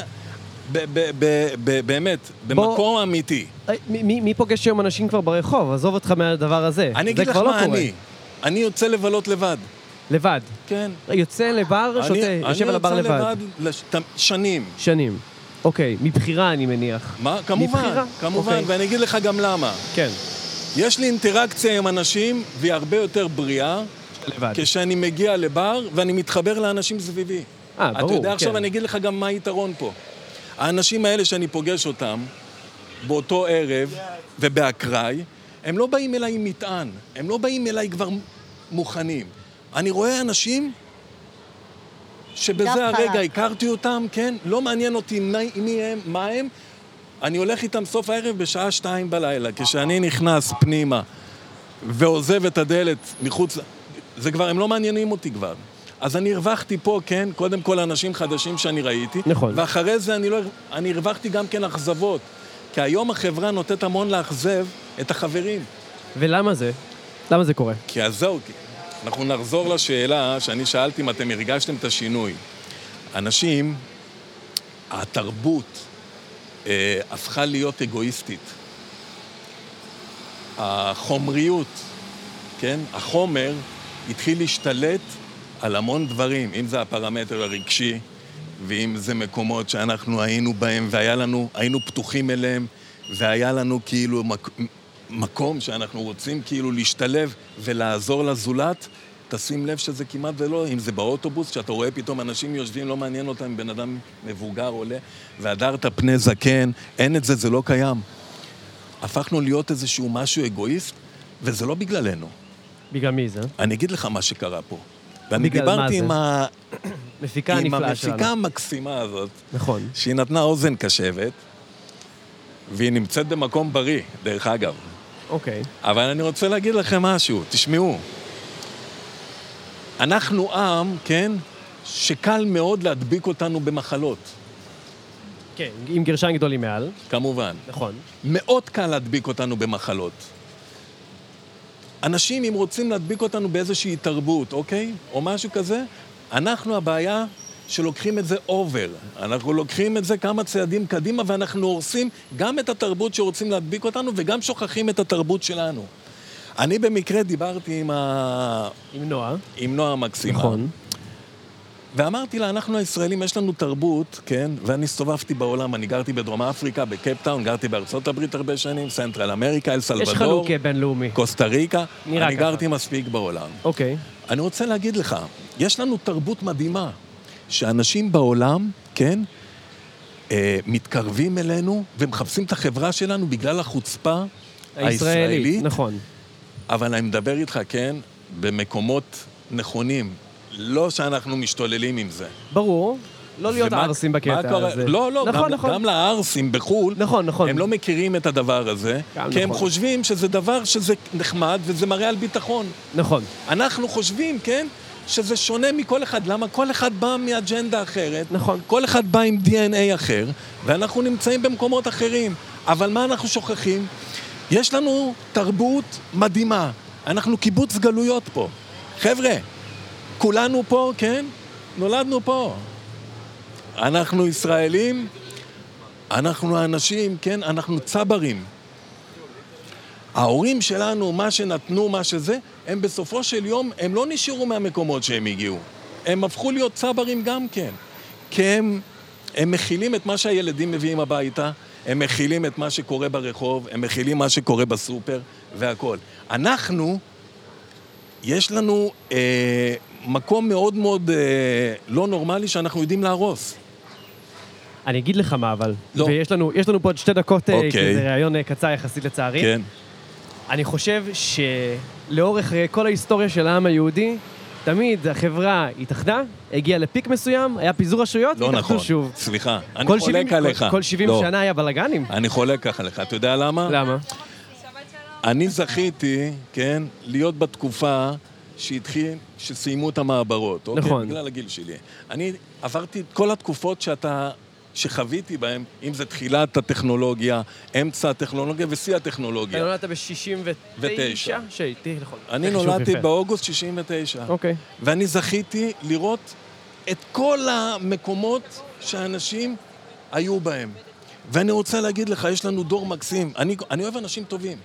S1: ב- ב- ב- ב- באמת, במקום אמיתי.
S4: אה, מי- מי מי פוגש היום אנשים כבר ברחוב? עזוב אותך מהדבר הזה.
S1: אני אגיד
S4: זה
S1: לך
S4: כבר לא
S1: מה
S4: קורה.
S1: אני. אני יוצא לבלות לבד.
S4: לבד.
S1: כן.
S4: יוצא לבר,
S1: אני-
S4: לא שותה,
S1: אני
S4: יושב על הבר
S1: יוצא
S4: לבד.
S1: לבד לש- ת- שנים.
S4: שנים. אוקיי, מבחירה אני מניח.
S1: מה? כמובן,
S4: מבחירה.
S1: כמובן,
S4: אוקיי.
S1: ואני אגיד לך גם למה.
S4: כן.
S1: יש לי אינטראקציה עם אנשים, והיא הרבה יותר בריאה,
S4: לבד.
S1: כשאני מגיע לבר ואני מתחבר לאנשים סביבי.
S4: אה, ברור,
S1: אתה יודע,
S4: כן.
S1: עכשיו אני אגיד לך גם מה היתרון פה. האנשים האלה שאני פוגש אותם, באותו ערב ובאקראי, הם לא באים אליי עם מטען, הם לא באים אליי כבר מוכנים. אני רואה אנשים
S12: דף
S1: שבזה
S12: חלק.
S1: הרגע הכרתי אותם, כן? לא מעניין אותי מי, מי הם, מה הם. אני הולך איתם סוף הערב בשעה שתיים בלילה. כשאני נכנס פנימה ועוזב את הדלת מחוץ... זה כבר, הם לא מעניינים אותי כבר. אז אני הרווחתי פה, כן, קודם כל אנשים חדשים שאני ראיתי.
S4: נכון.
S1: ואחרי זה אני לא... אני הרווחתי גם כן אכזבות. כי היום החברה נותנת המון לאכזב את החברים.
S4: ולמה זה? למה זה קורה?
S1: כי אז זהו, כי- אנחנו נחזור לשאלה שאני שאלתי אם אתם הרגשתם את השינוי. אנשים, התרבות אה, הפכה להיות אגואיסטית. החומריות, כן? החומר התחיל להשתלט על המון דברים, אם זה הפרמטר הרגשי, ואם זה מקומות שאנחנו היינו בהם והיה לנו, היינו פתוחים אליהם, והיה לנו כאילו מק... מקום שאנחנו רוצים כאילו להשתלב ולעזור לזולת, תשים לב שזה כמעט ולא, אם זה באוטובוס, שאתה רואה פתאום אנשים יושבים, לא מעניין אותם אם בן אדם מבוגר עולה, והדרת פני זקן, אין את זה, זה לא קיים. הפכנו להיות איזשהו משהו אגואיסט, וזה לא בגללנו.
S4: בגלל מי זה?
S1: אני אגיד לך מה שקרה פה. ואני
S4: בגלל מה
S1: דיברתי
S4: זה?
S1: עם, ה...
S4: מפיקה
S1: עם
S4: הנפלאה
S1: המפיקה
S4: שלנו.
S1: המקסימה הזאת,
S4: נכון.
S1: שהיא נתנה אוזן קשבת, והיא נמצאת במקום בריא, דרך אגב.
S4: אוקיי.
S1: אבל אני רוצה להגיד לכם משהו, תשמעו. אנחנו עם, כן, שקל מאוד להדביק אותנו במחלות.
S4: כן, עם גרשיים גדולים מעל.
S1: כמובן.
S4: נכון.
S1: מאוד קל להדביק אותנו במחלות. אנשים, אם רוצים להדביק אותנו באיזושהי תרבות, אוקיי? או משהו כזה, אנחנו הבעיה שלוקחים את זה אובר. אנחנו לוקחים את זה כמה צעדים קדימה, ואנחנו הורסים גם את התרבות שרוצים להדביק אותנו, וגם שוכחים את התרבות שלנו. אני במקרה דיברתי עם ה...
S4: עם נועה.
S1: עם נועה המקסימה. נכון. ואמרתי לה, אנחנו הישראלים, יש לנו תרבות, כן? ואני הסתובבתי בעולם, אני גרתי בדרום אפריקה, בקפטאון, גרתי בארצות הברית הרבה שנים, סנטרל אמריקה, אל
S4: יש
S1: סלבדור,
S4: חלוקה בינלאומי.
S1: קוסטה ריקה.
S4: נראה
S1: אני
S4: ככה.
S1: גרתי מספיק בעולם.
S4: אוקיי.
S1: אני רוצה להגיד לך, יש לנו תרבות מדהימה, שאנשים בעולם, כן, אה, מתקרבים אלינו ומחפשים את החברה שלנו בגלל החוצפה
S4: הישראלית,
S1: הישראלית.
S4: נכון.
S1: אבל אני מדבר איתך, כן, במקומות נכונים. לא שאנחנו משתוללים עם זה.
S4: ברור.
S7: לא להיות
S1: ומה-
S7: ערסים
S1: מה
S7: בקטע
S1: קורה-
S7: הזה.
S1: לא, לא,
S7: נכון,
S1: גם-
S7: נכון.
S1: גם לערסים בחו"ל, הם לא מכירים את הדבר הזה, כי הם
S7: נכון.
S1: חושבים שזה דבר שזה נחמד וזה מראה על ביטחון.
S7: נכון.
S1: אנחנו חושבים, כן? שזה שונה מכל אחד. למה? כל אחד בא מאג'נדה אחרת.
S7: נכון.
S1: כל אחד בא עם DNA אחר, ואנחנו נמצאים במקומות אחרים. אבל מה אנחנו שוכחים? יש לנו תרבות מדהימה. אנחנו קיבוץ גלויות פה. חבר'ה, כולנו פה, כן? נולדנו פה. אנחנו ישראלים, אנחנו האנשים, כן? אנחנו צברים. ההורים שלנו, מה שנתנו, מה שזה, הם בסופו של יום, הם לא נשארו מהמקומות שהם הגיעו. הם הפכו להיות צברים גם כן. כי הם, הם מכילים את מה שהילדים מביאים הביתה, הם מכילים את מה שקורה ברחוב, הם מכילים מה שקורה בסופר והכול. אנחנו, יש לנו אה, מקום מאוד מאוד אה, לא נורמלי שאנחנו יודעים להרוס.
S4: אני אגיד לך מה, אבל.
S1: לא.
S4: ויש לנו, יש לנו פה עוד שתי דקות, אה,
S1: אוקיי.
S4: כי זה ראיון אה, קצר יחסית לצערי.
S1: כן.
S4: אני חושב שלאורך אה, כל ההיסטוריה של העם היהודי, תמיד החברה התאחדה, הגיעה לפיק מסוים, היה פיזור רשויות,
S1: לא
S4: התאחדו
S1: נכון.
S4: שוב.
S1: סליחה, אני
S4: כל
S1: חולק
S4: 70
S1: עליך.
S4: כל- כל 70
S1: לא.
S4: שנה היה בלאגנים.
S1: אני חולק ככה לך, אתה יודע למה?
S4: למה?
S1: אני זכיתי, כן, להיות בתקופה שהתחיל, שסיימו את המעברות. אוקיי?
S4: נכון.
S1: בגלל הגיל שלי. אני עברתי את כל התקופות שאתה, שחוויתי בהן, אם זה תחילת הטכנולוגיה, אמצע הטכנולוגיה ושיא
S4: אתה
S1: הטכנולוגיה.
S4: נולדת ב-69?
S1: ותשע.
S4: שהייתי, נכון.
S1: אני
S4: זה חישוב
S1: נולדתי
S4: יפה.
S1: באוגוסט 69.
S4: אוקיי.
S1: ואני זכיתי לראות את כל המקומות שהאנשים היו בהם. ואני רוצה להגיד לך, יש לנו דור מקסים. אני, אני אוהב אנשים טובים.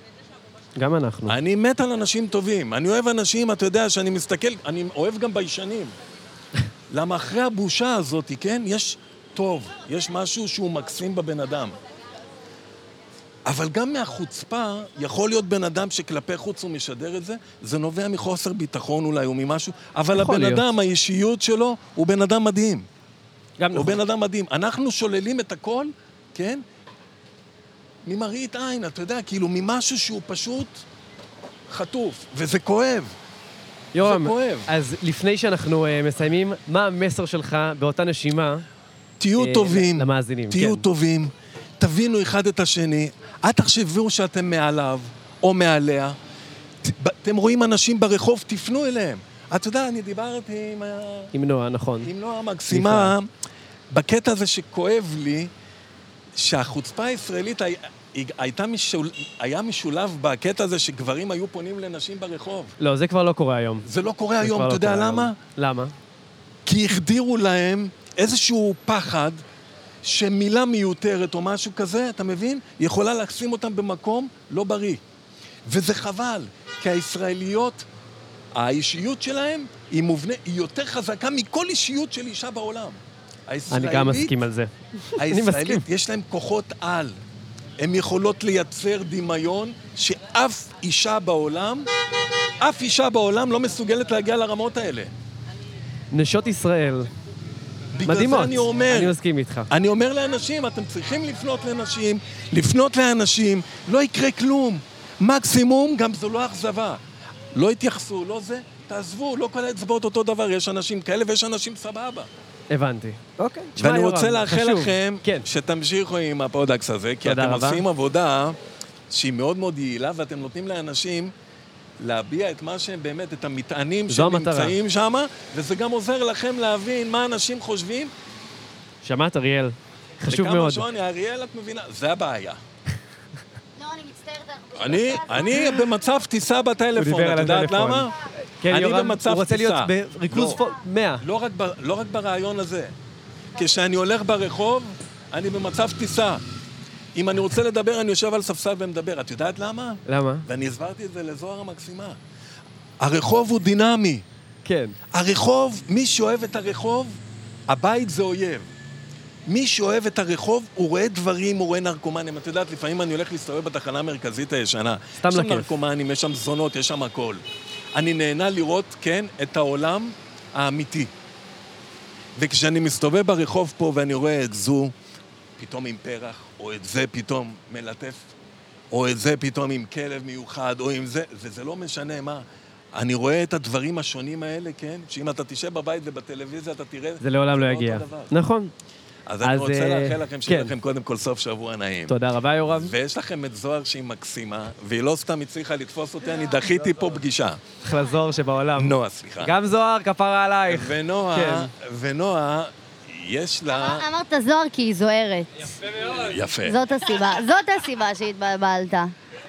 S4: גם אנחנו.
S1: אני מת על אנשים טובים. אני אוהב אנשים, אתה יודע, שאני מסתכל, אני אוהב גם
S4: [laughs]
S1: ביישנים. למה אחרי הבושה הזאת, כן, יש טוב, יש משהו שהוא מקסים בבן אדם. אבל גם מהחוצפה, יכול להיות בן אדם שכלפי חוץ הוא משדר את זה, זה נובע מחוסר ביטחון אולי או ממשהו, אבל
S4: יכול
S1: הבן
S4: להיות.
S1: אדם, האישיות שלו, הוא בן אדם מדהים.
S4: גם
S1: הוא בן אדם מדהים. אנחנו שוללים את הכל, כן? ממראית עין, אתה יודע, כאילו ממשהו שהוא פשוט חטוף, וזה כואב.
S4: יורם,
S1: זה כואב.
S4: אז לפני שאנחנו אה, מסיימים, מה המסר שלך באותה נשימה?
S1: תהיו
S4: אה,
S1: טובים.
S4: למאזינים,
S1: תהיו
S4: כן.
S1: טובים, תבינו אחד את השני, אל תחשבו שאתם מעליו או מעליה. ת- ב- אתם רואים אנשים ברחוב, תפנו אליהם. אתה יודע, אני דיברתי עם, ה-
S4: עם נועה, נכון.
S1: עם נועה המקסימה, לא בקטע הזה שכואב לי, שהחוצפה הישראלית הי- היא- הייתה משול... היה משולב בקטע הזה שגברים היו פונים לנשים ברחוב.
S4: לא, זה כבר לא קורה היום.
S1: זה לא קורה
S4: זה
S1: היום,
S4: כבר
S1: אתה
S4: לא
S1: יודע
S4: קורה
S1: למה?
S4: היום. למה?
S1: כי החדירו להם איזשהו פחד שמילה מיותרת או משהו כזה, אתה מבין? יכולה לשים אותם במקום לא בריא. וזה חבל, כי הישראליות, האישיות שלהם, היא מובנה, היא יותר חזקה מכל אישיות של אישה בעולם.
S4: אני
S1: הישראלית,
S4: גם
S1: [laughs]
S4: מסכים על זה. אני מסכים.
S1: הישראלית, יש להם כוחות על. הן יכולות לייצר דמיון שאף אישה בעולם, אף אישה בעולם לא מסוגלת להגיע לרמות האלה.
S4: נשות
S1: [laughs]
S4: ישראל.
S1: בגלל
S4: מדהימות.
S1: זה אני אומר,
S4: אני מסכים איתך.
S1: אני אומר לאנשים, אתם צריכים לפנות לנשים, לפנות לאנשים, לא יקרה כלום. מקסימום, גם זו לא אכזבה. לא יתייחסו, לא זה, תעזבו, לא כל האצבעות אותו דבר, יש אנשים כאלה ויש אנשים סבבה.
S4: הבנתי. אוקיי. תשמע,
S1: ואני
S4: יורם,
S1: רוצה לאחל
S4: חשוב. כן.
S1: לכם שתמשיכו עם הפרודקס הזה, כי
S4: תודה
S1: אתם
S4: רבה.
S1: עושים עבודה שהיא מאוד מאוד יעילה, ואתם נותנים לאנשים להביע את מה שהם באמת, את המטענים
S4: זו
S1: שהם
S4: המטרה.
S1: נמצאים שם, וזה גם עוזר לכם להבין מה אנשים חושבים
S4: שמעת, אריאל? חשוב
S1: וכמה
S4: מאוד.
S1: שוני, אריאל, את מבינה? זה הבעיה. לא, אני מצטערת. אני אני במצב טיסה
S4: הוא דיבר
S1: בטלפון, את
S4: על
S1: יודעת
S4: הטלפון.
S1: למה?
S4: כן,
S1: אני
S4: יורם,
S1: במצב
S4: הוא רוצה להיות
S1: טיסה.
S4: בריכוז
S1: לא.
S4: פו- 100.
S1: לא רק ב- לא רק ברעיון הזה. כשאני הולך ברחוב, אני במצב טיסה. אם אני רוצה לדבר, אני יושב על ספסל ומדבר. את יודעת למה?
S4: למה?
S1: ואני הסברתי את זה לזוהר המקסימה. הרחוב הוא דינמי.
S4: כן.
S1: הרחוב, מי שאוהב את הרחוב, הבית זה אויב. מי שאוהב את הרחוב, הוא רואה דברים, הוא רואה נרקומנים. את יודעת, לפעמים אני הולך להסתובב בתחנה המרכזית הישנה.
S4: סתם
S1: יש שם
S4: לכיף.
S1: נרקומנים, יש שם זונות, יש שם הכל. אני נהנה לראות, כן, את העולם האמיתי. וכשאני מסתובב ברחוב פה ואני רואה את זו, פתאום עם פרח, או את זה פתאום מלטף, או את זה פתאום עם כלב מיוחד, או עם זה, וזה לא משנה מה. אני רואה את הדברים השונים האלה, כן? שאם אתה תשב בבית ובטלוויזיה אתה תראה...
S4: זה לעולם לא
S1: אותו
S4: יגיע.
S1: דבר.
S4: נכון.
S1: אז אני רוצה
S4: אה,
S1: לאחל לכם שיהיה
S4: כן.
S1: לכם קודם כל סוף שבוע נעים.
S4: תודה רבה, יורם.
S1: ויש לכם את זוהר שהיא מקסימה, והיא לא סתם הצליחה לתפוס אותי, אני דחיתי פה פגישה.
S4: אחלה זוהר שבעולם.
S1: נועה, סליחה.
S4: גם כן. זוהר, כפרה עלייך.
S1: ונועה, ונועה, יש לה...
S5: אה, אמרת זוהר כי היא זוהרת.
S1: יפה.
S5: זאת הסיבה, זאת הסיבה שהתבלבלת.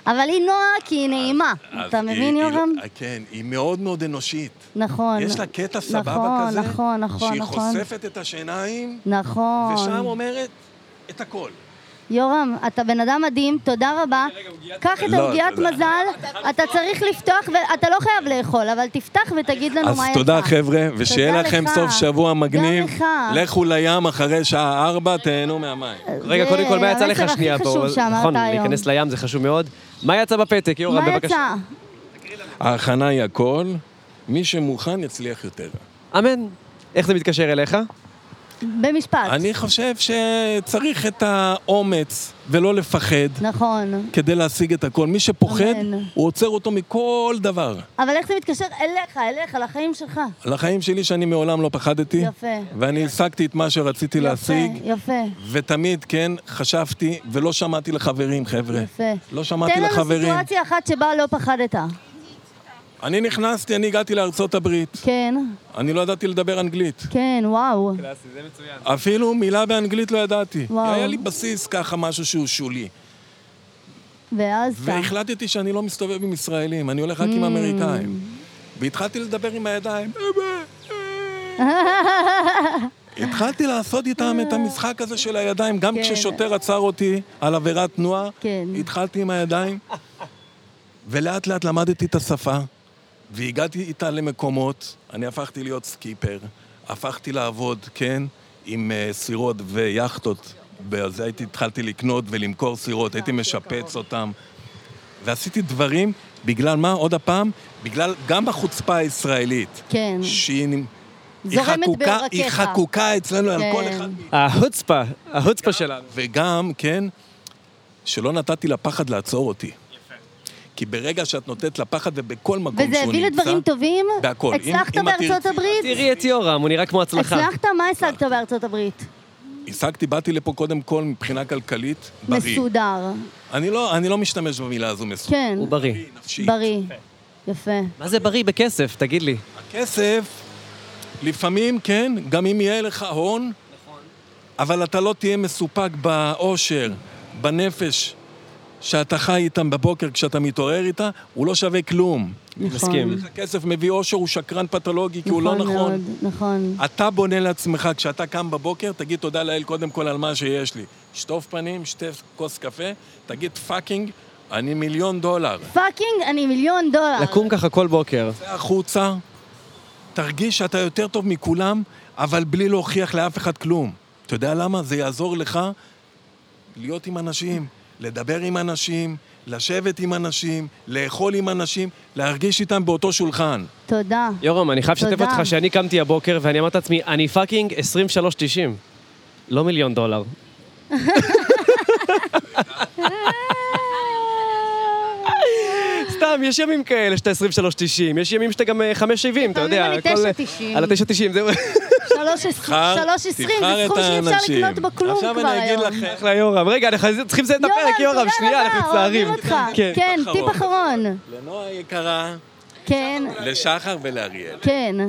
S5: אבל היא נועה כי היא נעימה.
S1: אז
S5: אתה
S1: היא-
S5: מבין,
S1: היא-
S5: יורם?
S1: כן, היא מאוד מאוד אנושית.
S5: נכון.
S1: יש לה קטע סבבה
S5: נכון,
S1: כזה,
S5: נכון, נכון,
S1: שהיא
S5: נכון.
S1: חושפת את השיניים,
S5: נכון.
S1: ושם אומרת את הכל.
S5: יורם, אתה בן אדם מדהים, תודה רבה. קח את
S1: לא,
S5: עוגיית
S1: תודה.
S5: מזל, אתה צריך לפתוח, ואתה לא חייב לאכול, אבל תפתח ותגיד לנו
S1: אז
S5: מה יש לך.
S1: תודה, חבר'ה, ושיהיה
S5: תודה
S1: לכם
S5: לך.
S1: סוף שבוע מגניב.
S5: לך.
S1: לכו לים אחרי שעה ארבע, תהנו מהמים.
S4: רגע, קודם כל, מה יצא
S5: המסר
S4: לך
S5: הכי
S4: שנייה
S5: חשוב
S4: פה?
S5: שאמרת
S4: נכון,
S5: היום.
S4: להיכנס לים זה חשוב מאוד. מה יצא בפתק, יורם,
S5: מה
S4: בבקשה?
S5: יצא?
S1: ההכנה היא הכל, מי שמוכן יצליח יותר.
S4: אמן. איך זה מתקשר אליך?
S5: במשפט.
S1: אני חושב שצריך את האומץ ולא לפחד
S5: נכון.
S1: כדי להשיג את הכל. מי שפוחד,
S5: אמן.
S1: הוא עוצר אותו מכל דבר.
S5: אבל איך זה מתקשר אליך, אליך, לחיים שלך?
S1: לחיים שלי שאני מעולם לא פחדתי.
S5: יפה.
S1: ואני השגתי את מה שרציתי להשיג,
S5: יפה, יפה.
S1: ותמיד, כן, חשבתי, ולא שמעתי לחברים, חבר'ה.
S5: יפה.
S1: לא שמעתי
S5: תן
S1: לחברים.
S5: לנו סיטואציה אחת שבה לא פחדת.
S1: אני נכנסתי, אני הגעתי לארצות הברית.
S5: כן,
S1: אני לא ידעתי לדבר אנגלית.
S5: כן, וואו.
S1: אפילו מילה באנגלית לא ידעתי.
S5: וואו.
S1: היה לי בסיס ככה, משהו שהוא שולי.
S5: ואז אתה.
S1: והחלטתי שאני לא מסתובב עם ישראלים, אני הולך רק עם
S5: Mm.
S1: אמריקאים. והתחלתי לדבר עם הידיים. אה,
S5: [laughs]
S1: התחלתי לעשות איתם את המשחק הזה של הידיים, גם
S5: כן.
S1: כששוטר עצר אותי על עבירת תנועה,
S5: כן.
S1: התחלתי עם הידיים, ולאט לאט למדתי את השפה, והגעתי איתה למקומות, אני הפכתי להיות סקיפר, הפכתי לעבוד, כן, עם אה, סירות ויאכטות, אז הייתי, התחלתי לקנות ולמכור סירות, הייתי
S5: אוקיי.
S1: משפץ אותן, ועשיתי דברים, בגלל מה, עוד הפעם? בגלל, גם החוצפה הישראלית,
S5: כן.
S1: שהיא... נמ- היא
S5: זורמת
S1: חקוקה-
S5: בעורקיך.
S1: היא חקוקה אצלנו על כל
S5: כן.
S1: אחד.
S4: החוצפה, החוצפה שלנו.
S1: וגם, כן, שלא נתתי לפחד לעצור אותי. כי ברגע שאת נותנת לפחד ובכל מקום שהוא
S5: וזה
S1: נמצא...
S5: הביא לדברים טובים?
S1: בהכל. אם-
S5: הצלחת
S1: אם את
S5: בארצות
S1: תרצי-
S5: הברית?
S4: תראי את יורם, הוא נראה כמו הצלחה.
S5: הצלחת? מה השגת בארצות הברית?
S1: השגתי, באתי לפה קודם כל מבחינה כלכלית, בריא.
S5: מסודר.
S1: אני לא, אני לא משתמש במילה הזו מסודר.
S5: כן. הוא
S4: בריא.
S1: נפשי.
S5: בריא. יפה.
S4: מה זה בריא בכסף? תגיד לי.
S1: כסף, לפעמים, כן, גם אם יהיה לך הון, אבל אתה לא תהיה מסופק באושר, בנפש שאתה חי איתם בבוקר כשאתה מתעורר איתה, הוא לא שווה כלום.
S4: מסכים.
S1: כסף מביא אושר, הוא שקרן פתולוגי, כי הוא לא
S5: נכון
S1: נכון.
S5: מאוד, נכון.
S1: אתה בונה לעצמך, כשאתה קם בבוקר, תגיד תודה לאל קודם כל על מה שיש לי. שטוף פנים, שטף כוס קפה, תגיד פאקינג, אני מיליון דולר.
S5: פאקינג, אני מיליון דולר.
S4: לקום ככה כל בוקר.
S1: צא החוצה, תרגיש שאתה יותר טוב מכולם, אבל בלי להוכיח לאף אחד כלום. אתה יודע למה? זה יעזור לך להיות עם אנשים, לדבר עם אנשים, לשבת עם אנשים, לאכול עם אנשים, להרגיש איתם באותו שולחן.
S5: תודה.
S4: יורם, אני חייב לשתף
S5: תודה.
S4: אותך שאני קמתי הבוקר ואני אמרתי לעצמי, אני פאקינג 23.90. לא מיליון דולר. סתם, יש ימים כאלה שאתה 23.90, יש ימים שאתה גם אה, 5.70, אתה יודע.
S5: לפעמים אני
S4: הכל-
S5: 9.90.
S4: על ה-9.90,
S5: [laughs]
S4: זהו.
S5: שלוש עשרים, שלוש עשרים, זה סכום שאי אפשר לקנות בו כלום כבר היום.
S4: אחלה יורם. רגע, אנחנו צריכים לסיים את הפרק, יורם, שנייה, אנחנו מצטערים.
S5: אוהבים אותך. כן, טיפ אחרון.
S1: לנועה היקרה,
S5: כן,
S1: לשחר ולאריאל.
S5: כן.
S4: לא,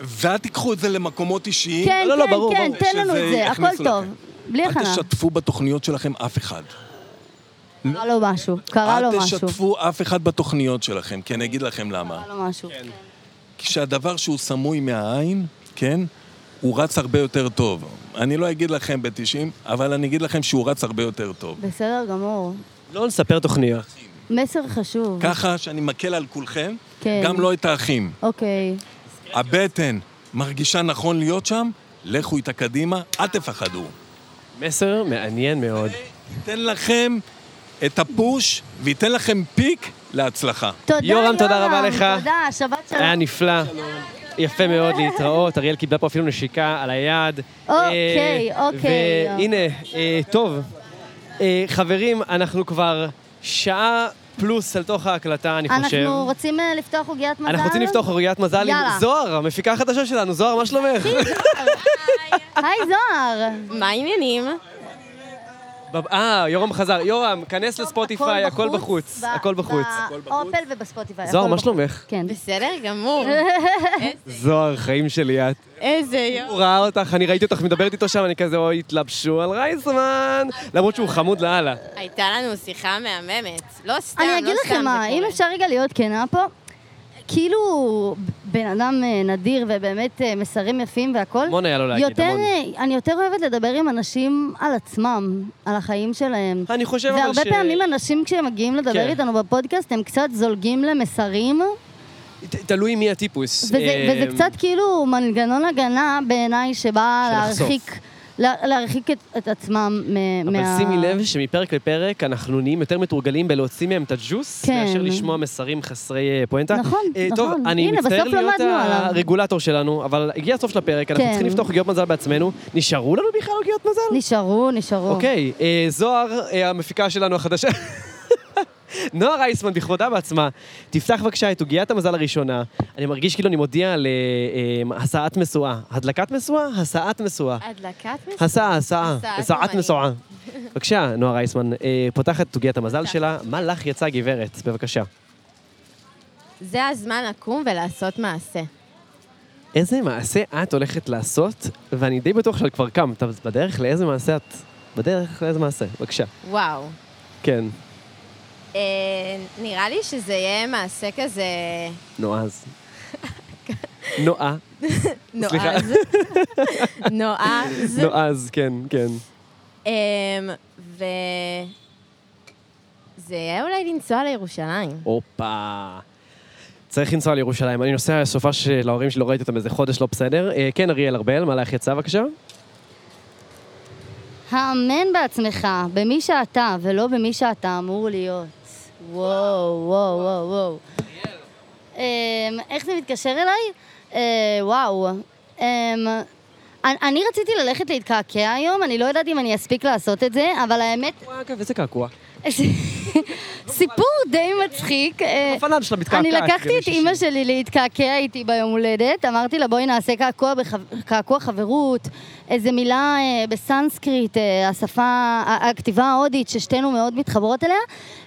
S1: ואל תיקחו את זה למקומות אישיים.
S5: כן, כן, כן, תן לנו את
S1: שזה
S5: זה,
S1: יכניסו
S5: הכל טוב.
S1: לכם.
S5: בלי
S1: אל
S5: הכנה.
S1: תשתפו בתוכניות שלכם אף אחד.
S5: קרה לו משהו, קרה לו
S1: אל
S5: משהו.
S1: תשתפו אף אחד בתוכניות שלכם, כי אני אגיד לכם למה.
S5: קרה לו משהו.
S4: כן.
S1: כשהדבר שהוא סמוי מהעין, כן, הוא רץ הרבה יותר טוב. אני לא אגיד לכם ב-90, אבל אני אגיד לכם שהוא רץ הרבה יותר טוב.
S5: בסדר גמור.
S4: לא נספר תוכניות.
S5: מסר חשוב.
S1: ככה שאני מקל על כולכם,
S5: כן.
S1: גם לא את האחים.
S5: אוקיי.
S1: הבטן מרגישה נכון להיות שם, לכו איתה קדימה, אל תפחדו.
S4: מסר מעניין מאוד.
S1: ייתן לכם את הפוש וייתן לכם פיק להצלחה.
S5: תודה,
S4: יורם, תודה רבה לך.
S5: תודה, שבת שלום.
S4: היה נפלא. יפה מאוד להתראות, אריאל קיבלה פה אפילו נשיקה על היד.
S5: אוקיי,
S4: אה,
S5: אוקיי.
S4: והנה, אה, טוב. אה, חברים, אנחנו כבר שעה פלוס אל תוך ההקלטה, אני חושב.
S5: אנחנו רוצים אה, לפתוח עוגיית מזל?
S4: אנחנו רוצים לפתוח חוגיית מזל עם
S5: יאללה.
S4: זוהר, המפיקה החדשה שלנו. זוהר, מה
S5: [laughs]
S4: שלומך?
S5: היי זוהר.
S2: מה העניינים?
S4: ב- אה, יורם חזר. יורם, כנס לספוטיפיי, הכל בחוץ.
S5: ב-
S4: הכל בחוץ.
S5: באופל ובספוטיפיי.
S4: זוהר,
S5: הכל
S4: מה
S5: בחוץ.
S4: שלומך?
S5: כן.
S2: בסדר גמור.
S4: זוהר, חיים שלי את.
S2: איזה יום.
S4: הוא ראה אותך, אני ראיתי אותך מדברת איתו שם, אני כזה, אוי, התלבשו על רייסמן. למרות שהוא חמוד לאללה.
S2: הייתה לנו שיחה מהממת. לא סתם,
S5: אני
S2: לא
S5: אגיד
S2: סתם
S5: לכם מה,
S2: זה
S5: אם אפשר רגע להיות כנה פה, כאילו בן אדם אה, נדיר ובאמת אה, מסרים יפים והכול,
S4: המון היה לו להגיד,
S5: יותר,
S4: המון.
S5: אה, אני יותר אוהבת לדבר עם אנשים על עצמם, על החיים שלהם.
S4: אני חושב אבל
S5: והרבה
S4: ש-
S5: פעמים אנשים כשהם מגיעים לדבר
S4: כן.
S5: איתנו בפודקאסט, הם קצת זולגים למסרים,
S4: ת- תלוי מי הטיפוס.
S5: וזה,
S4: אה,
S5: וזה קצת כאילו מנגנון הגנה בעיניי שבא
S4: של לחשוף.
S5: להרחיק, לה- להרחיק את, את עצמם מ-
S4: אבל
S5: מה...
S4: שימי לב שמפרק לפרק אנחנו נהיים יותר מתורגלים בלהוציא מהם את הג'וס,
S5: כן.
S4: מאשר לשמוע מסרים חסרי אה, פואנטה.
S5: נכון,
S4: אה, טוב,
S5: נכון.
S4: אני
S5: הנה,
S4: מצטער
S5: בסוף
S4: להיות
S5: למדנו עליו.
S4: הרגולטור שלנו, אבל הגיע הסוף של הפרק, אנחנו
S5: כן.
S4: צריכים לפתוח עוגיות מזל בעצמנו. נשארו לנו בכלל עוגיות מזל?
S5: נשארו, נשארו.
S4: אוקיי, אה, זוהר, אה, המפיקה שלנו החדשה. נועה רייסמן, בכבודה בעצמה, תפתח בבקשה את עוגיית המזל הראשונה. אני מרגיש כאילו אני מודיע על אה, אה, הסעת משואה. הדלקת משואה? הסעת משואה.
S2: הדלקת מס...
S4: הסעה, הסעה,
S2: הסעת
S4: הסעת
S2: אומנים.
S4: משואה. בבקשה, נועה רייסמן, אה, פותחת את עוגיית המזל שלה. מה לך יצא, גברת? בבקשה.
S2: זה הזמן לקום ולעשות מעשה.
S4: איזה מעשה את הולכת לעשות, ואני די בטוח שאת כבר קמת, אז בדרך לאיזה מעשה את... בדרך לאיזה מעשה, בבקשה.
S2: וואו.
S4: כן,
S2: אה, נראה לי שזה יהיה מעשה כזה
S5: [laughs]
S4: נועז. נועה. סליחה. [laughs]
S2: נועז. נועז.
S4: נועז, כן, כן.
S2: אמ, ו... זה יהיה אולי לנסוע לירושלים.
S4: הופה. צריך לנסוע לירושלים. אני נוסע סופה של ההורים שלי, לא ראיתי אותם איזה חודש, לא בסדר. אה, כן, אריאל ארבל, מה לך יצא, בבקשה?
S5: האמן בעצמך, במי שאתה, ולא במי שאתה אמור להיות. וואו, וואו, וואו, וואו. אמ, איך זה מתקשר אליי? אה, וואו. אמ, אני- אני רציתי ללכת להתקעקע היום, אני לא יודעת אם אני אספיק לעשות את זה, אבל האמת... [laughs]
S4: וואי, אגב, איזה קעקוע.
S5: סיפור די מצחיק. אה,
S4: הפנן שלה מתקעקעת.
S5: אני לקחתי
S4: בימי
S5: את
S4: שישי.
S5: אימא שלי להתקעקע איתי ביום הולדת, אמרתי לה בואי נעשה קעקוע, בחו- קעקוע חברות, איזה מילה אה, בסנסקריט, אה, השפה, ה- הכתיבה ההודית ששתינו מאוד מתחברות אליה,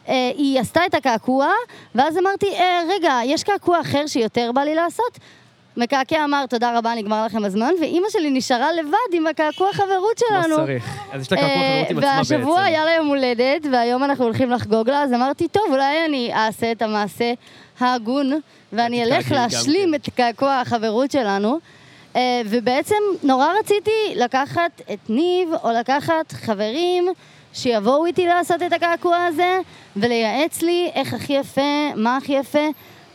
S5: אה, היא עשתה את הקעקוע, ואז אמרתי, "אה, רגע, יש קעקוע אחר שיותר בא לי לעשות? מקעקע אמר, תודה רבה, נגמר לכם הזמן, ואימא שלי נשארה לבד עם הקעקוע חברות שלנו.
S4: צריך. אז יש לה קעקוע
S5: אה,
S4: חברות עם עצמה בעצם.
S5: והשבוע היה לה יום הולדת, והיום אנחנו הולכים לחגוג לה, אז אמרתי, טוב, אולי אני אעשה את המעשה ההגון, ואני אלך
S2: תתקעקעי גם
S5: להשלים את קעקוע החברות שלנו. אה, ובעצם נורא רציתי לקחת את ניב, או לקחת חברים שיבואו איתי לעשות את הקעקוע הזה, ולייעץ לי איך הכי יפה, מה הכי יפה,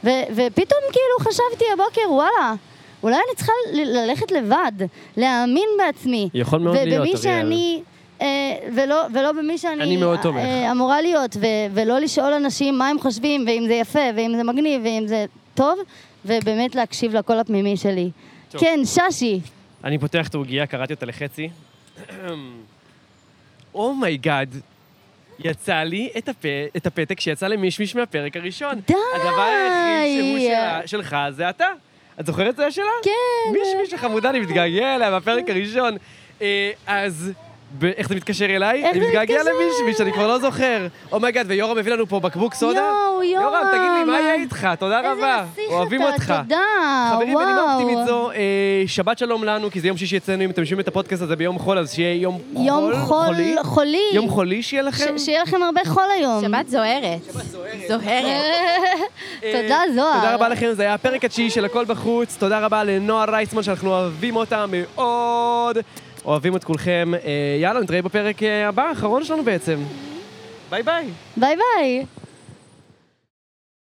S5: ו- ופתאום כאילו חשבתי הבוקר, וואלה. אולי אני צריכה ל- ללכת לבד, להאמין בעצמי.
S4: יכול מאוד להיות,
S5: ובמי
S4: אריאל.
S5: שאני, אה, ולא, ולא במי שאני
S4: אני מאוד תומך.
S5: אה, אמורה להיות, ו, ולא לשאול אנשים מה הם חושבים, ואם זה יפה, ואם זה מגניב, ואם זה טוב, ובאמת להקשיב לקול הפנימי שלי.
S4: טוב.
S5: כן, ששי.
S4: אני פותח את העוגייה, קראתי אותה לחצי. אומייגאד, יצא לי את, הפ... את הפתק שיצא למישמיש מהפרק הראשון. די! הדבר היחיד שהוא שלה, שלך זה אתה. את זוכרת זה השאלה?
S5: כן.
S4: מישמיש החמודה, אני מתגעגע אליה מהפרק הראשון. אה, אז... ב- איך זה מתקשר אליי?
S5: איך
S4: אני
S5: זה
S4: מתגעגע
S5: מתקשר?
S4: למישמיש, אני כבר לא זוכר. אומייגאד, ויורם הביא לנו פה בקבוק סודה.
S5: יואו,
S4: יורם, תגיד לי,
S5: יורם.
S4: מה היה איתך? תודה רבה. אוהבים
S5: אתה,
S4: אותך.
S5: תודה,
S4: חברים, בנימה
S5: וואו.
S4: אופטימית זו, אה, שבת שלום לנו, כי זה יום שישי אצלנו, אם אתם שומעים את הפודקאסט הזה ביום חול, אז שיהיה יום חול.
S5: יום חול- חולי.
S4: יום חולי שיהיה לכם.
S5: ש- שיהיה לכם הרבה חול היום. שבת
S2: זוהרת.
S5: זוהרת. [laughs] תודה, זוהר.
S4: אה, תודה רבה לכם, זה היה הפרק התשיעי של הכל בחוץ. תודה רבה לנועה רייסמן, שאנחנו אוהבים אותה מאוד. אוהבים את כולכם. אה, יאללה, נתראה בפרק אה, הבא, האחרון שלנו בעצם. ביי ביי.
S5: ביי ביי.